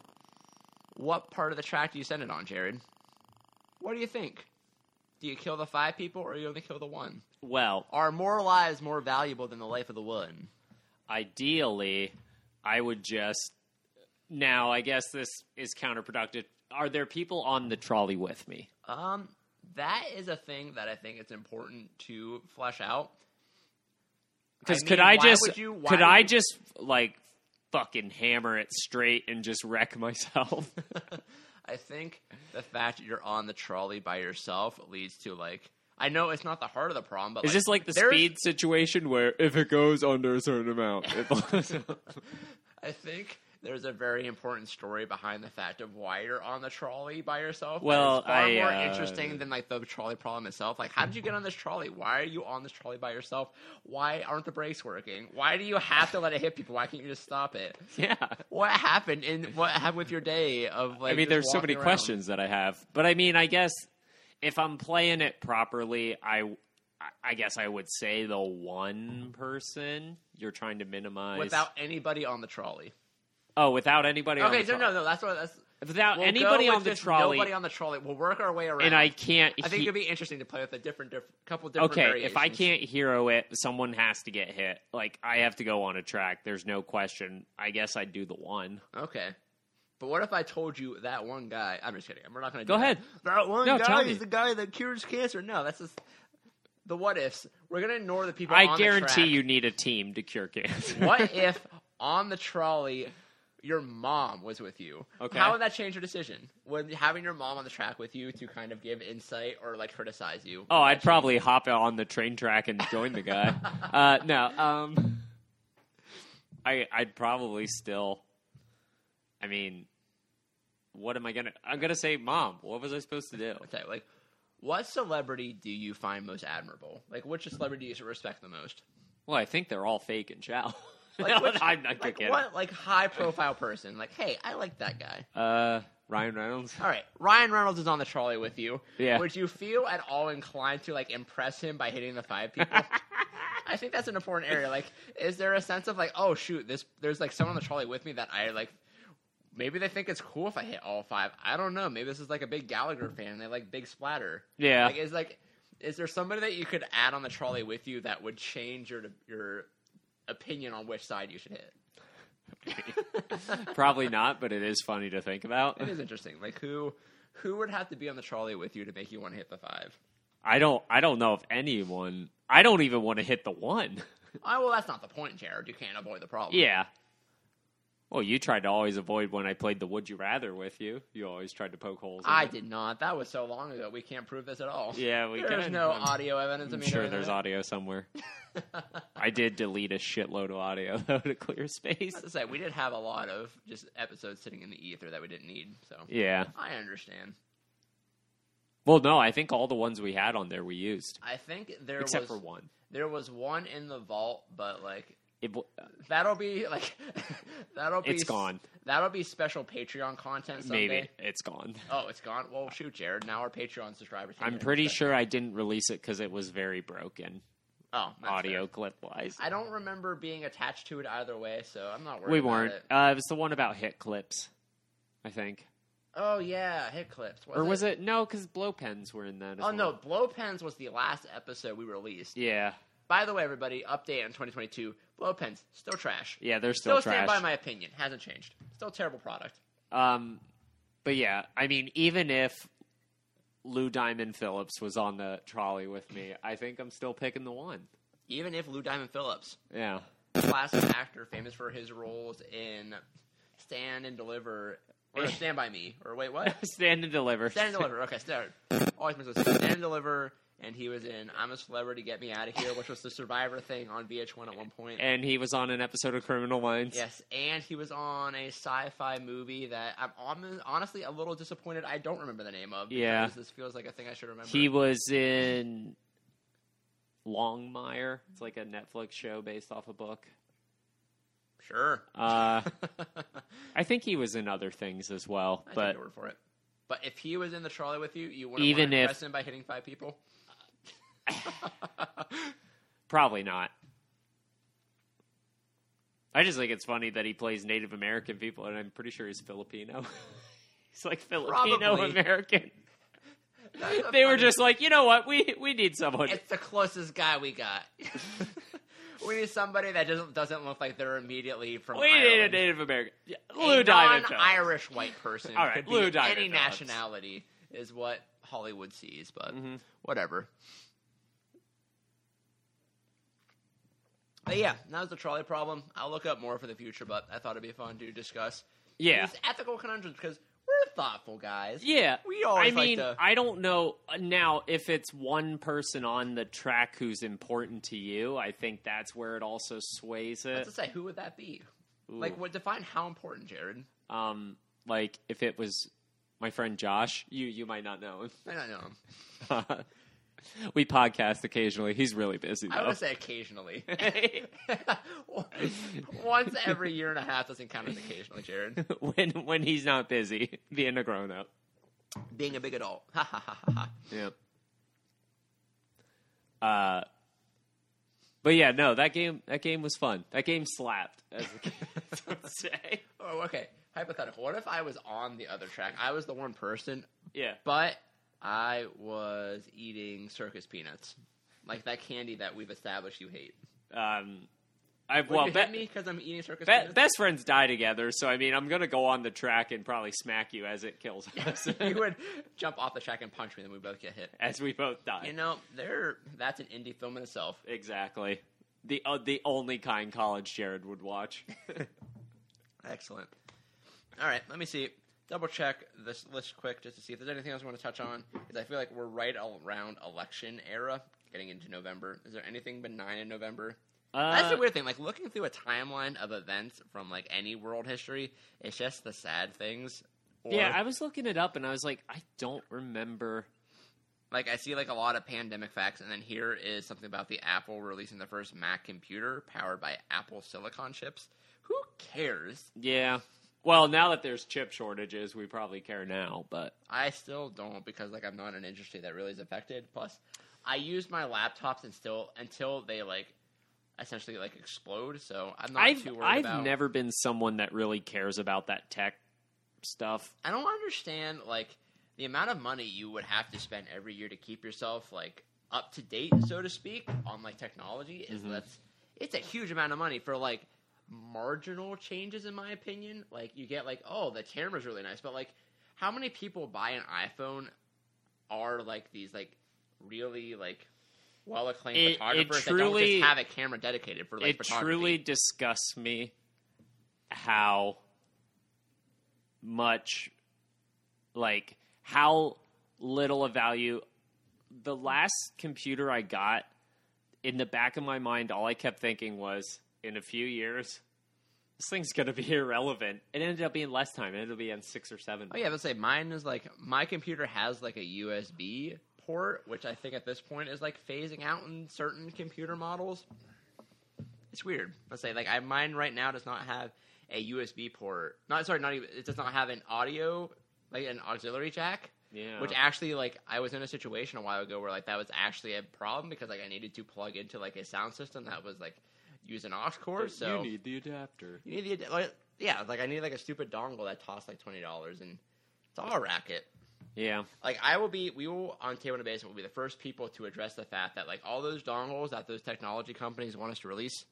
S2: What part of the track do you send it on, Jared? What do you think? Do you kill the five people, or you only kill the one?
S1: Well,
S2: Are more lives more valuable than the life of the one?
S1: ideally, I would just. Now, I guess this is counterproductive. Are there people on the trolley with me?
S2: Um, that is a thing that I think it's important to flesh out. [LAUGHS]
S1: Because
S2: I
S1: could
S2: mean,
S1: I
S2: why
S1: just
S2: would you- why
S1: could I
S2: would-
S1: just like fucking hammer it straight and just wreck myself? [LAUGHS]
S2: I think the fact that you're on the trolley by yourself leads to like I know it's not the heart of the problem, but
S1: Is this like the
S2: there's-
S1: speed situation where if it goes under a certain amount, it falls?
S2: I think there's a very important story behind the fact of why you're on the trolley by yourself. that
S1: Well,
S2: is far
S1: I,
S2: more
S1: uh,
S2: interesting than like the trolley problem itself. Like, how did you get on this trolley? Why are you on this trolley by yourself? Why aren't the brakes working? Why do you have to let it hit people? Why can't you just stop it?
S1: [LAUGHS] [LAUGHS] yeah.
S2: what happened in what happened with your day of like
S1: I mean,
S2: just
S1: there's so
S2: walking
S1: many
S2: around?
S1: questions that I have, but I mean, I guess if I'm playing it properly, I. I guess I would say the one person you're trying to minimize
S2: without anybody on the trolley
S1: Oh, without anybody. on
S2: okay
S1: the
S2: so
S1: tro-
S2: no no that's what that's
S1: Without
S2: we'll
S1: anybody
S2: go with
S1: on the
S2: just
S1: trolley,
S2: nobody on the trolley we'll work our way around
S1: and I can't.
S2: I think
S1: he-
S2: it'd be interesting to play with a different, diff- couple different.
S1: okay, if I
S2: variations.
S1: can't hero it, someone has to get hit. Like I have to go on a track. There's no question. I guess I'd do the one.
S2: okay. But what if I told you that one guy? I'm just kidding. We're not going to
S1: Go ahead.
S2: That. That one
S1: No,
S2: guy
S1: tell
S2: is
S1: me.
S2: the guy that cures cancer. No, that's just the what ifs. We're going to ignore the people. on
S1: I
S2: the
S1: guarantee
S2: track.
S1: you need a team to cure cancer.
S2: What if on the trolley your mom was with you?
S1: Okay.
S2: How would that change your decision? Would having your mom on the track with you to kind of give insight or like criticize you?
S1: [LAUGHS] Oh, I'd probably hop on the train track and join the
S2: [LAUGHS]
S1: guy. uh, no, um, I I'd probably still. I mean, what am I gonna? I'm gonna say, Mom. What was I supposed to do?
S2: Okay, like what celebrity do you find most admirable? Like which celebrity do you respect the most?
S1: Well, I think they're all fake and chow. [LAUGHS]
S2: Like, which-
S1: I'm not
S2: like
S1: kidding.
S2: what like high profile person? Like, hey, I like that guy.
S1: Uh, Ryan Reynolds.
S2: All right, Ryan Reynolds is on the trolley with you.
S1: Yeah.
S2: Would you feel at all inclined to like impress him by hitting the five
S1: [LAUGHS]
S2: people? I think that's an important area. Like, is there a sense of like, oh shoot, this there's like someone on the trolley with me that I like. Maybe they think it's cool if I hit all five. I don't know. Maybe this is like a big Gallagher fan. and They like big splatter.
S1: Yeah.
S2: Like, is like, is there somebody that you could add on the trolley with you that would change your your opinion on which side you should hit?
S1: Probably not, but it is funny to think about.
S2: It is interesting. Like, who who would have to be on the trolley with you to make you want to hit the five?
S1: I don't. I don't know if anyone. I don't even want to hit the one.
S2: Oh, well, that's not the point, Jared. You can't avoid the problem.
S1: Yeah. Well, you tried to always avoid when I played the Would You Rather with you. You always tried to poke holes. In
S2: I
S1: it.
S2: did not. That was so long ago. We can't prove this at all.
S1: Yeah, we
S2: There's
S1: can.
S2: no
S1: I'm-
S2: audio evidence.
S1: I'm
S2: of me
S1: sure
S2: doing
S1: there's
S2: that.
S1: audio
S2: [LAUGHS]
S1: somewhere. I did delete a shitload of audio [LAUGHS] though to clear space.
S2: [LAUGHS] I was gonna say, we did have a lot of just episodes sitting in the ether that we didn't need. So
S1: Yeah.
S2: I understand.
S1: Well, no, I think all the ones we had on there we used,
S2: I think there
S1: except
S2: was
S1: for one.
S2: there was one in the vault, but like
S1: It, w-
S2: that'll be like [LAUGHS] that'll be
S1: it's
S2: s-
S1: gone.
S2: That'll be special Patreon content. Someday.
S1: Maybe it's gone.
S2: Oh, it's gone. Well, shoot, Jared. Now our Patreon subscribers. can
S1: I'm
S2: get it.
S1: pretty sure I didn't release it because it was very broken
S2: Oh, that's
S1: audio
S2: fair.
S1: clip wise.
S2: I don't remember being attached to it either way, so I'm not worried.
S1: We
S2: about
S1: weren't.
S2: it.
S1: Uh, it was the one about hit clips, I think,
S2: Oh yeah, hit clips. Was
S1: or was
S2: it?
S1: it, no? Because blow pens were in that. As
S2: Oh
S1: well.
S2: no, blow pens was the last episode we released.
S1: Yeah,
S2: By the way, everybody, update on 2022. Blow pens still trash.
S1: yeah, they're still, trash.
S2: stand by my opinion. Hasn't changed. Still terrible product.
S1: Um, but yeah, I mean, even if Lou Diamond Phillips was on the trolley with me, I think I'm still picking the one.
S2: Even if Lou Diamond Phillips,
S1: Yeah,
S2: classic actor, famous for his roles in Stand and Deliver
S1: [LAUGHS]
S2: or Stand by Me or wait what?
S1: [LAUGHS] stand and deliver.
S2: Stand and Deliver. Okay, Stand. Always meant to say Stand and Deliver. And he was in I'm a Celebrity, Get Me Out of Here, which was the Survivor thing on VH1 at one
S1: [LAUGHS]
S2: point.
S1: and he was on an episode of Criminal Minds.
S2: Yes, and he was on a sci-fi movie that I'm almo- honestly a little disappointed. I don't remember the name of. because
S1: Yeah.
S2: this feels like a thing I should remember.
S1: he was in Longmire. It's like a Netflix show based off a book.
S2: sure. [LAUGHS]
S1: Uh,
S2: I
S1: I think he was in other things as well,
S2: take
S1: but
S2: your word for it. But if he was in the trolley with you, you wouldn't
S1: Even
S2: want to
S1: if-
S2: impress him by hitting five people. [LAUGHS]
S1: [LAUGHS] Probably not. I just think it's funny that he plays Native American people, and I'm pretty sure he's Filipino. [LAUGHS] he's like Filipino
S2: Probably.
S1: American.
S2: That's a
S1: They were
S2: funny-
S1: just like, you know what? We we need someone.
S2: It's the closest guy we got. [LAUGHS] we need somebody that doesn't doesn't look like they're immediately from.
S1: we need a
S2: Ireland.
S1: Native American. Yeah,
S2: A
S1: Lou Diamond. Phillips.
S2: non-Irish white person.
S1: All right,
S2: could be
S1: Lou Diamond
S2: Any
S1: Phillips.
S2: nationality is what Hollywood sees, but
S1: Mhm.
S2: whatever. But yeah, that was the trolley problem. I'll look up more for the future, but I thought it'd be fun to discuss
S1: Yeah,
S2: these ethical conundrums because we're thoughtful guys.
S1: yeah.
S2: We
S1: I
S2: always like
S1: mean,
S2: to-
S1: I don't know now if it's one person on the track who's important to you. I think that's where it also sways it.
S2: Let's just say, who would that be?
S1: Ooh.
S2: Like, what define how important, Jared?
S1: um, like if it was my friend Josh, you you might not know him.
S2: I don't know.
S1: [LAUGHS] we podcast occasionally. He's really busy
S2: I
S1: though.
S2: would say occasionally. [LAUGHS]
S1: [LAUGHS]
S2: Once every year and a half doesn't count as occasionally, Jared.
S1: when when he's not busy, being a grown up.
S2: being a big adult. Ha ha ha ha. ha.
S1: Yep. Uh but yeah, no, that game that game was fun. That game slapped, as the kids [LAUGHS] would say.
S2: Oh, okay. Hypothetical. What if I was on the other track? I was the one person,
S1: Yeah.
S2: but I was eating circus peanuts, like that candy that we've established you hate.
S1: Um I
S2: Would
S1: well
S2: you
S1: bet
S2: hit me because I'm eating circus
S1: Be-
S2: peanuts.
S1: best friends die together, so I mean, I'm gonna go on the track and probably smack you as it kills [LAUGHS] us,
S2: [LAUGHS] you would jump off the track and punch me, then we both get hit.
S1: as we both die.
S2: You know, there. That's an indie film in itself.
S1: Exactly. The uh, the only kind college Jared would watch.
S2: Excellent. All right, let me see. Double check this list quick just to see if there's anything else we want to touch on. Because I feel like we're right around election era, getting into November. Is there anything benign in November? [LAUGHS]
S1: Uh,
S2: That's the weird thing. Like looking through a timeline of events from like any world history, it's just the sad things. Or,
S1: Uh, yeah, I was looking it up and I was like, I don't remember
S2: like I see like a lot of pandemic facts, and then here is something about the Apple releasing the first Mac computer powered by Apple Silicon chips. Who cares?
S1: Yeah. Well, now that there's chip shortages, we probably care now, but
S2: I still don't because like I'm not an industry that really is affected. Plus, I use my laptops and still until they like essentially like explode. So I'm not
S1: I've
S2: too worried
S1: I've
S2: about.
S1: never been someone that really cares about that tech stuff.
S2: I don't understand like the amount of money you would have to spend every year to keep yourself like up to date, so to speak, on like technology. Is
S1: Mhm.
S2: that's it's a huge amount of money for like marginal changes, in my opinion. Like you get like oh the camera's really nice, but like how many people buy an iPhone are like these like really like well acclaimed
S1: It- it
S2: photographers that don't
S1: truly-
S2: just have a camera dedicated for like
S1: it
S2: photography.
S1: truly disgusts me how much like how little a value the last computer I got in the back of my mind all I kept thinking was in a few years this thing's going to be [LAUGHS] irrelevant it ended up being less time it ended up being 6 or 7
S2: Oh yeah, let's say mine is like my computer has like a USB port, which I think at this point is like phasing out in certain computer models. It's weird. Let's say like I mine right now does not have a USB port. Not sorry, not even it does not have an audio like an auxiliary jack.
S1: yeah
S2: Which actually, like, I was in a situation a while ago where, like, that was actually a problem because, like, I needed to plug into, like, a sound system that was, like, use an aux cord. So
S1: you need the adapter
S2: you need the like, yeah, like I need like a stupid dongle that costs like twenty dollars, and it's all a racket.
S1: yeah
S2: Like I will be, we will on Table in the Basement will be the first people to address the fact that like all those dongles that those technology companies want us to release,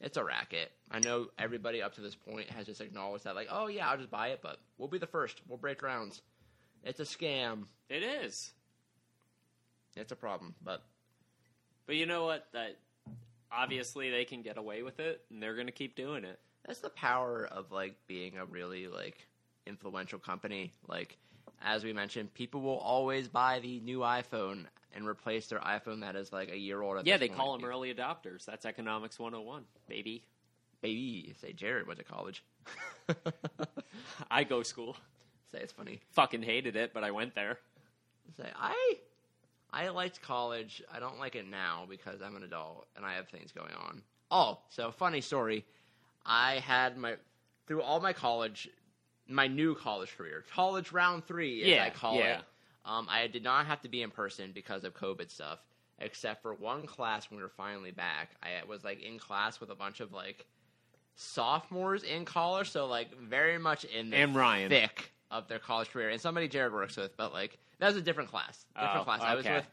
S2: it's a racket. I know everybody up to this point has just acknowledged that, like, oh yeah, I'll just buy it, but we'll be the first. We'll break rounds. It's a scam.
S1: it is
S2: It's a problem, but
S1: but you know what that obviously they can get away with it and they're going to keep doing it
S2: That's the power of like being a really like influential company. Like as we mentioned, people will always buy the new iPhone and replace their iPhone that is like a year old. At
S1: Yeah,
S2: this
S1: they
S2: point.
S1: call them early adopters. That's economics 101, baby. [LAUGHS]
S2: Baby, say Jared went to college. [LAUGHS]
S1: I go school.
S2: say it's funny.
S1: Fucking hated it, but I went there.
S2: Say I, I liked college. I don't like it now because I'm an adult and I have things going on. Oh, so funny story. I had my through all my college, my new college career, college round three, as I
S1: Yeah,
S2: call
S1: yeah.
S2: it. Um, I did not have to be in person because of COVID stuff, except for one class when we were finally back. I was like in class with a bunch of like sophomores in college, so like very much in the
S1: And Ryan.
S2: thick of their college career, and somebody Jared works with, but like that was a different class. Different
S1: Oh,
S2: class. I was
S1: okay.
S2: with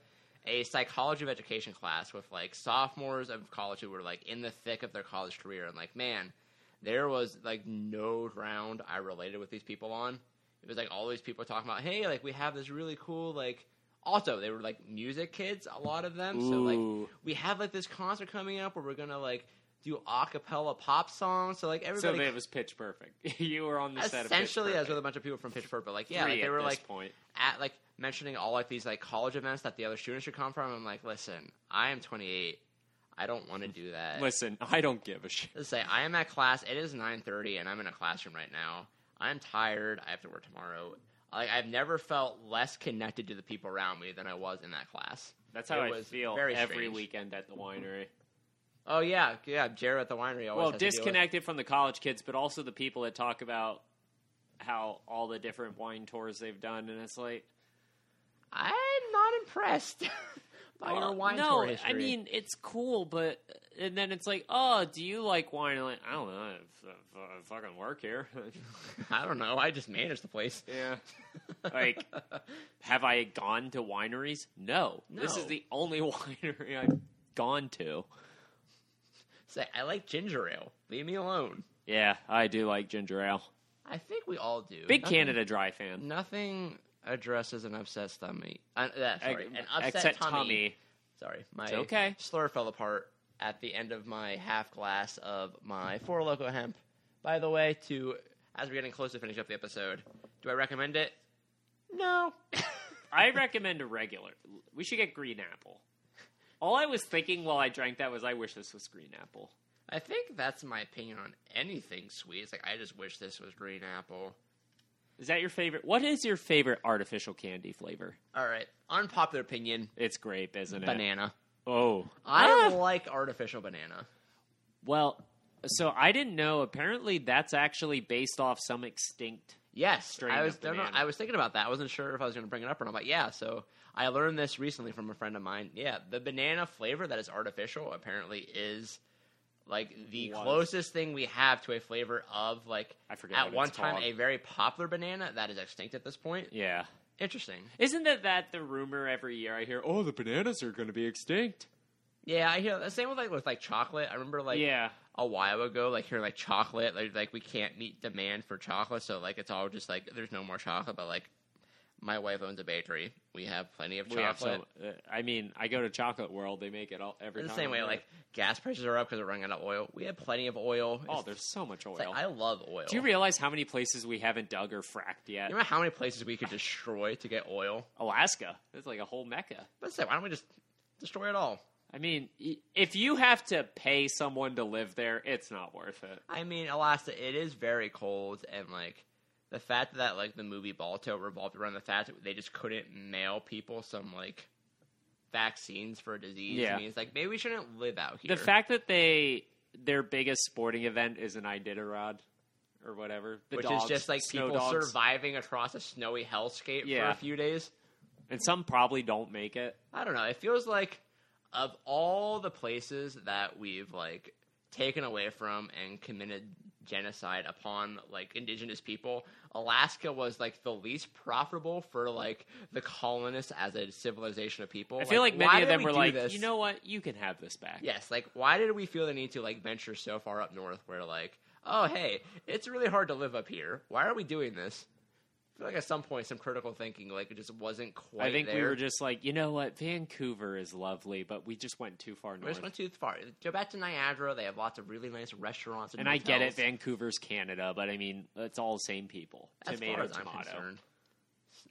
S2: a psychology of education class with like sophomores of college who were like in the thick of their college career, and like man, there was like no round I related with these people on. It was like all these people talking about, hey, like we have this really cool like. Also, they were like music kids, a lot of them. So like
S1: Ooh.
S2: we have like this concert coming up where we're gonna like do a cappella pop songs. So like
S1: so
S2: everybody
S1: it was pitch perfect. [LAUGHS] you were on the set of Pitch
S2: essentially I was with a
S1: Perfect.
S2: bunch of people from Pitch Perfect. Like yeah,
S1: Three
S2: like, they
S1: at
S2: were
S1: this
S2: like
S1: point.
S2: at like mentioning all like these like college events that the other students should come from. I'm like, listen, I am 28. I don't want to do that.
S1: Listen, I don't give a shit.
S2: Let's say I am at class. It is 9:30, and I'm in a classroom right now. I'm tired. I have to work tomorrow. Like I've never felt less connected to the people around me than I was in that class.
S1: That's how
S2: It
S1: I
S2: was
S1: feel
S2: very
S1: every
S2: strange.
S1: weekend at the winery.
S2: Oh yeah, yeah. Jared at the winery always.
S1: Well,
S2: has to deal with-
S1: disconnected from the college kids, but also the people that talk about how all the different wine tours they've done, and it's like,
S2: I'm not impressed [LAUGHS] by your
S1: Well,
S2: wine
S1: Uh, no,
S2: tour history.
S1: I mean it's cool, but and then it's like, oh, do you like wine? I'm like, I don't know. I, f- I fucking work here.
S2: [LAUGHS]
S1: [LAUGHS]
S2: I don't know. I just manage the place.
S1: yeah. Like, have I gone to wineries? No. This is
S2: No.
S1: the only [LAUGHS] winery I've gone to.
S2: Say, I like ginger ale. Leave me alone.
S1: Yeah, I do like ginger ale.
S2: I think we all do.
S1: Big
S2: Nothing-
S1: Canada Dry fan.
S2: Nothing addresses an upset stomach. Uh, uh, sorry,
S1: Eg-
S2: an upset
S1: except
S2: tummy.
S1: Tommy.
S2: Sorry, my
S1: It's okay.
S2: slur fell apart at the end of my half glass of my Four Loco hemp. By the way, to as we're getting close to finish up the episode, do I recommend it? No. [LAUGHS]
S1: I recommend a regular. We should get green apple. All I was thinking while I drank that was, I wish this was green apple.
S2: I think that's my opinion on anything sweet. It's like I just wish this was green apple.
S1: Is that your favorite? What is your favorite artificial candy flavor?
S2: All right. Unpopular opinion
S1: It's grape, isn't it?
S2: banana.
S1: Oh,
S2: I
S1: Ah!
S2: like artificial banana.
S1: Well, so I didn't know. Apparently, that's actually based off some extinct.
S2: Yes,
S1: strain
S2: I
S1: of
S2: was. I don't know,
S1: banana.
S2: I was thinking about that. I wasn't sure if I was going to bring it up or not. But yeah, so I learned this recently from a friend of mine. Yeah, the banana flavor that is artificial apparently is like the
S1: Was.
S2: closest thing we have to a flavor of like
S1: I forget
S2: at
S1: what
S2: one
S1: it's
S2: time
S1: called.
S2: a very popular banana that is extinct at this point.
S1: Yeah,
S2: Interesting.
S1: isn't that that the rumor every year? I hear, oh, the bananas are going to be extinct.
S2: Yeah, I hear the same with like with like chocolate. I remember like
S1: yeah,
S2: a while ago, like hearing like chocolate, like like we can't meet demand for chocolate, so like it's all just like there's no more chocolate. But like my wife owns a bakery, we have plenty of
S1: we have
S2: chocolate.
S1: some- uh, I mean, I go to Chocolate World; they make it all every
S2: It's the
S1: time
S2: same
S1: I'm
S2: way,
S1: there.
S2: like gas prices are up because we're running out of oil. We have plenty of oil.
S1: oh,
S2: It's-
S1: there's so much oil.
S2: it's like, I love oil.
S1: Do you realize how many places we haven't dug or fracked yet?
S2: You know how many places we could destroy to get oil?
S1: Alaska, that's like a whole mecca.
S2: But say, why don't we just destroy it all?
S1: I mean, y- if you have to pay someone to live there, it's not worth it.
S2: I mean, Alaska, it is very cold, and like the fact that like the movie Balto revolved around the fact that they just couldn't mail people some like vaccines for a disease
S1: Yeah.
S2: means like maybe we shouldn't live out here.
S1: The fact that they their biggest sporting event is an Iditarod or whatever, the
S2: which
S1: dogs,
S2: is just like
S1: snow
S2: people
S1: dogs,
S2: surviving across a snowy hellscape for
S1: Yeah.
S2: a few days.
S1: and some probably don't make it.
S2: I don't know. It feels like of all the places that we've like taken away from and committed genocide upon like indigenous people, Alaska was like the least profitable for like the colonists as a civilization of people.
S1: I feel like, many
S2: why
S1: of
S2: did
S1: them
S2: we
S1: were
S2: do
S1: like,
S2: this?
S1: you know what, you can have this back.
S2: yes, like why did we feel the need to like venture so far up north where like, oh hey, it's really hard to live up here. Why are we doing this? I feel like at some point some critical thinking like it just wasn't quite
S1: I think
S2: there.
S1: we were just like, you know what, Vancouver is lovely, but we just went too far
S2: We
S1: north.
S2: just went too far. Go back to Niagara. They have lots of really nice restaurants. And,
S1: and I get it,
S2: hotels.
S1: Vancouver's Canada, but I mean, it's all the same people.
S2: As
S1: tomato,
S2: far as I'm
S1: tomato.
S2: concerned.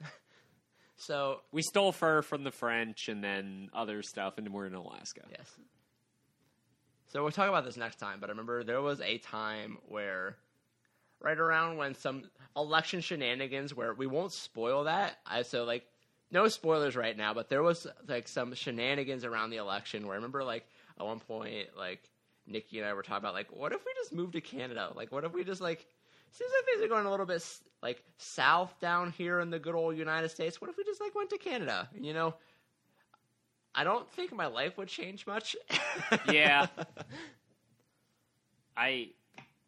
S2: [LAUGHS] so
S1: We stole fur from the French and then other stuff, and we're in Alaska.
S2: yes. So we'll talk about this next time. But I remember there was a time where, right around when some election shenanigans, where we won't spoil that. I so like. No spoilers right now, but there was like some shenanigans around the election where I remember like at one point like Nikki and I were talking about like what if we just moved to Canada? Like what if we just like seems like things are going a little bit s- like south down here in the good old United States. What if we just like went to Canada? You know, I don't think my life would change much. [LAUGHS]
S1: [LAUGHS] Yeah. I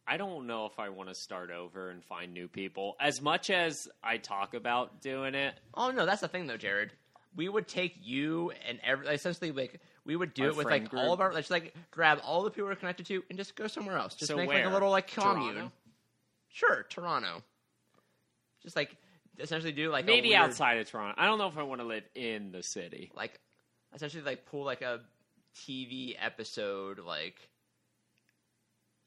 S1: I don't know if I want to start over and find new people. As much as I talk about doing it,
S2: Oh no, that's the thing though, Jared. We would take you and every essentially like we would do
S1: Our
S2: it with
S1: friend
S2: like
S1: group.
S2: all of our just like grab all the people we're connected to and just go somewhere else. Just
S1: So
S2: make like
S1: where?
S2: a little like commune.
S1: Toronto?
S2: Sure, Toronto. Just like essentially do like a
S1: maybe
S2: weird-
S1: outside of Toronto. I don't know if I want to live in the city.
S2: like essentially like pull like a TV episode like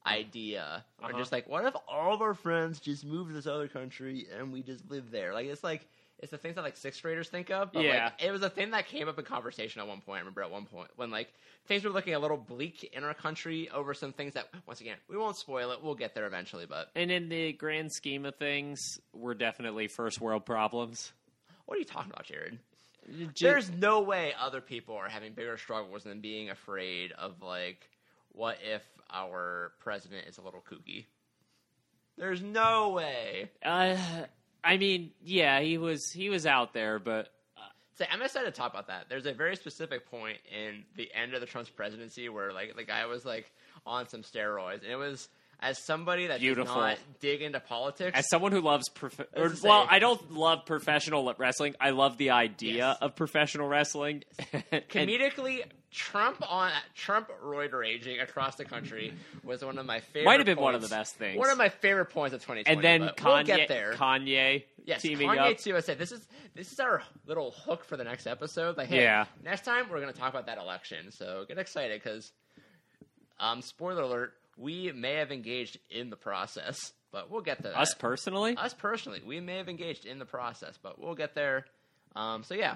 S2: idea or
S1: Uh-huh.
S2: just like what if all of our friends just move to this other country and we just live there like it's like it's the things that like sixth graders think of but
S1: Yeah.
S2: like it was a thing that came up in conversation at one point i remember at one point when like things were looking a little bleak in our country over some things that once again we won't spoil it we'll get there eventually but
S1: And in the grand scheme of things, we're definitely first world problems.
S2: what are you talking about jared
S1: Ju-
S2: There's no way other people are having bigger struggles than being afraid of like, what if our president is a little kooky? There's no way.
S1: uh, I mean, yeah, he was he was out there, but
S2: So I'm excited to talk about that. There's a very specific point in the end of the Trump's presidency where like the guy was like on some steroids, and it was as somebody that
S1: Beautiful.
S2: does not dig into politics.
S1: as someone who loves prof- or,
S2: That's the
S1: well,
S2: same.
S1: I don't love professional wrestling. I love the idea
S2: Yes.
S1: of professional
S2: [LAUGHS]
S1: wrestling. And-
S2: Comedically, Trump on Trump roid raging across the country was one of my favorite.
S1: Might have been one of
S2: points-
S1: the best things.
S2: One of my favorite points of 2020.
S1: and then
S2: but
S1: Kanye,
S2: we'll get there.
S1: Kanye,
S2: Yes,
S1: teaming
S2: Kanye
S1: up.
S2: to USA. This is this is our little hook for the next episode. Like, hey,
S1: Yeah.
S2: next time we're gonna talk about that election. So get excited because, um, spoiler alert, we may have engaged in the process, but we'll get to that.
S1: Us personally,
S2: Us personally, we may have engaged in the process, but we'll get there. Um, so yeah,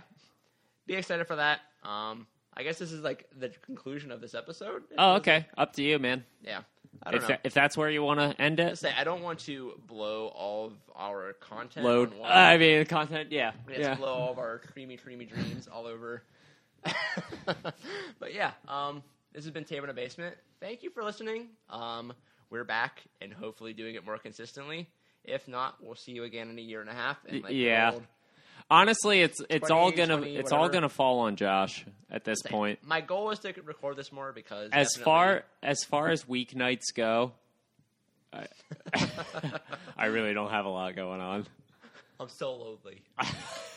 S2: be excited for that. Um, I guess this is like the conclusion of this episode.
S1: Oh, okay. Up to you, man.
S2: Yeah. I
S1: If,
S2: don't know.
S1: tha- if that's where you want to end it,
S2: say I don't want to blow all of our content.
S1: load.
S2: on one.
S1: I mean, the content. Yeah,
S2: Let's
S1: yeah.
S2: blow all of our creamy, creamy dreams all over. [LAUGHS] but yeah, um, this has been Table in a Basement. Thank you for listening. Um, we're back and hopefully doing it more consistently. If not, we'll see you again in a year and a half. And like
S1: Yeah.
S2: old-
S1: Honestly, it's it's all
S2: 20,
S1: gonna
S2: 20,
S1: it's all
S2: whatever.
S1: gonna fall on Josh at this point.
S2: My goal is to record this more because
S1: As
S2: definitely-
S1: far as far as weeknights go,
S2: [LAUGHS]
S1: I, [LAUGHS] I really don't have a lot going on.
S2: I'm
S1: [LAUGHS]
S2: so lonely.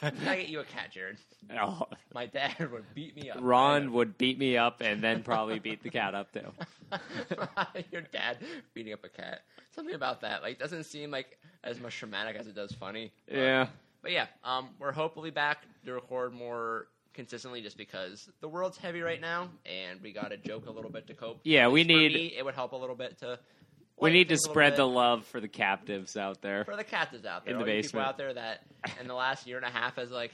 S2: Can I get you a cat, Jared?
S1: Oh,
S2: My dad [LAUGHS] would beat me up.
S1: Ron would beat me up and then probably beat the cat up too.
S2: [LAUGHS] your dad beating up a cat. Something about that like doesn't seem like as much traumatic as it does funny.
S1: [LAUGHS]
S2: But-
S1: Yeah.
S2: But yeah, um, we're hopefully back to record more consistently just because the world's heavy right now and we got to joke a little bit to cope.
S1: Yeah,
S2: At
S1: we
S2: least for
S1: need-
S2: me, it would help a little bit to.
S1: We
S2: lighten
S1: need to
S2: things a little
S1: spread
S2: bit
S1: the love for the captives out there.
S2: for the captives out there,
S1: in the
S2: all you
S1: basement.
S2: people out there that in the last year and a half has like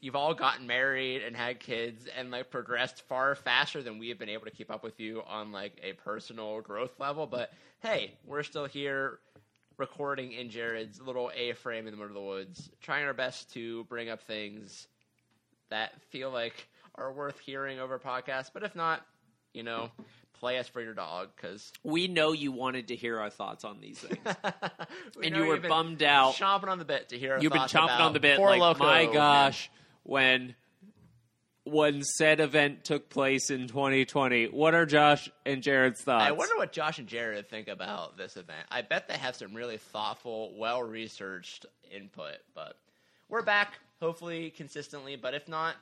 S2: you've all gotten married and had kids and like progressed far faster than we have been able to keep up with you on like a personal growth level. But hey, we're still here recording in Jared's little A frame in the middle of the woods, trying our best to bring up things that feel like are worth hearing over podcasts. But if not, you know, play us for your dog because
S1: We know you wanted to hear our thoughts on these
S2: [LAUGHS]
S1: things.
S2: and
S1: and you were bummed out.
S2: chomping on the bit to hear. our
S1: You've been
S2: thoughts
S1: chomping
S2: about
S1: on the bit
S2: Four
S1: like
S2: Loko
S1: my
S2: and-
S1: gosh when when said event took place in 2020. What are Josh and Jared's thoughts?
S2: I wonder what Josh and Jared think about this event. I bet they have some really thoughtful, well researched input. But we're back, hopefully consistently. But if not,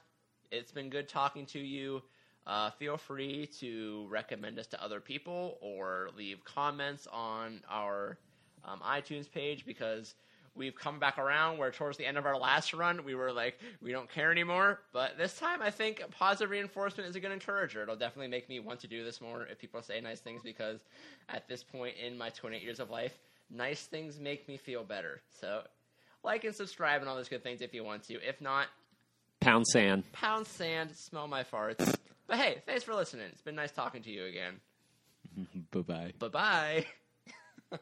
S2: it's been good talking to you. Uh, feel free to recommend us to other people or leave comments on our um, iTunes page because we've come back around where towards the end of our last run we were like we don't care anymore but this time i think positive reinforcement is a good encourager it'll definitely make me want to do this more if people say nice things because at this point in my 28 years of life nice things make me feel better so like and subscribe and all those good things if you want to if not
S1: Pound sand.
S2: pound sand smell my farts but hey thanks for listening it's been nice talking to you again
S1: Bye bye.
S2: bye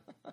S2: bye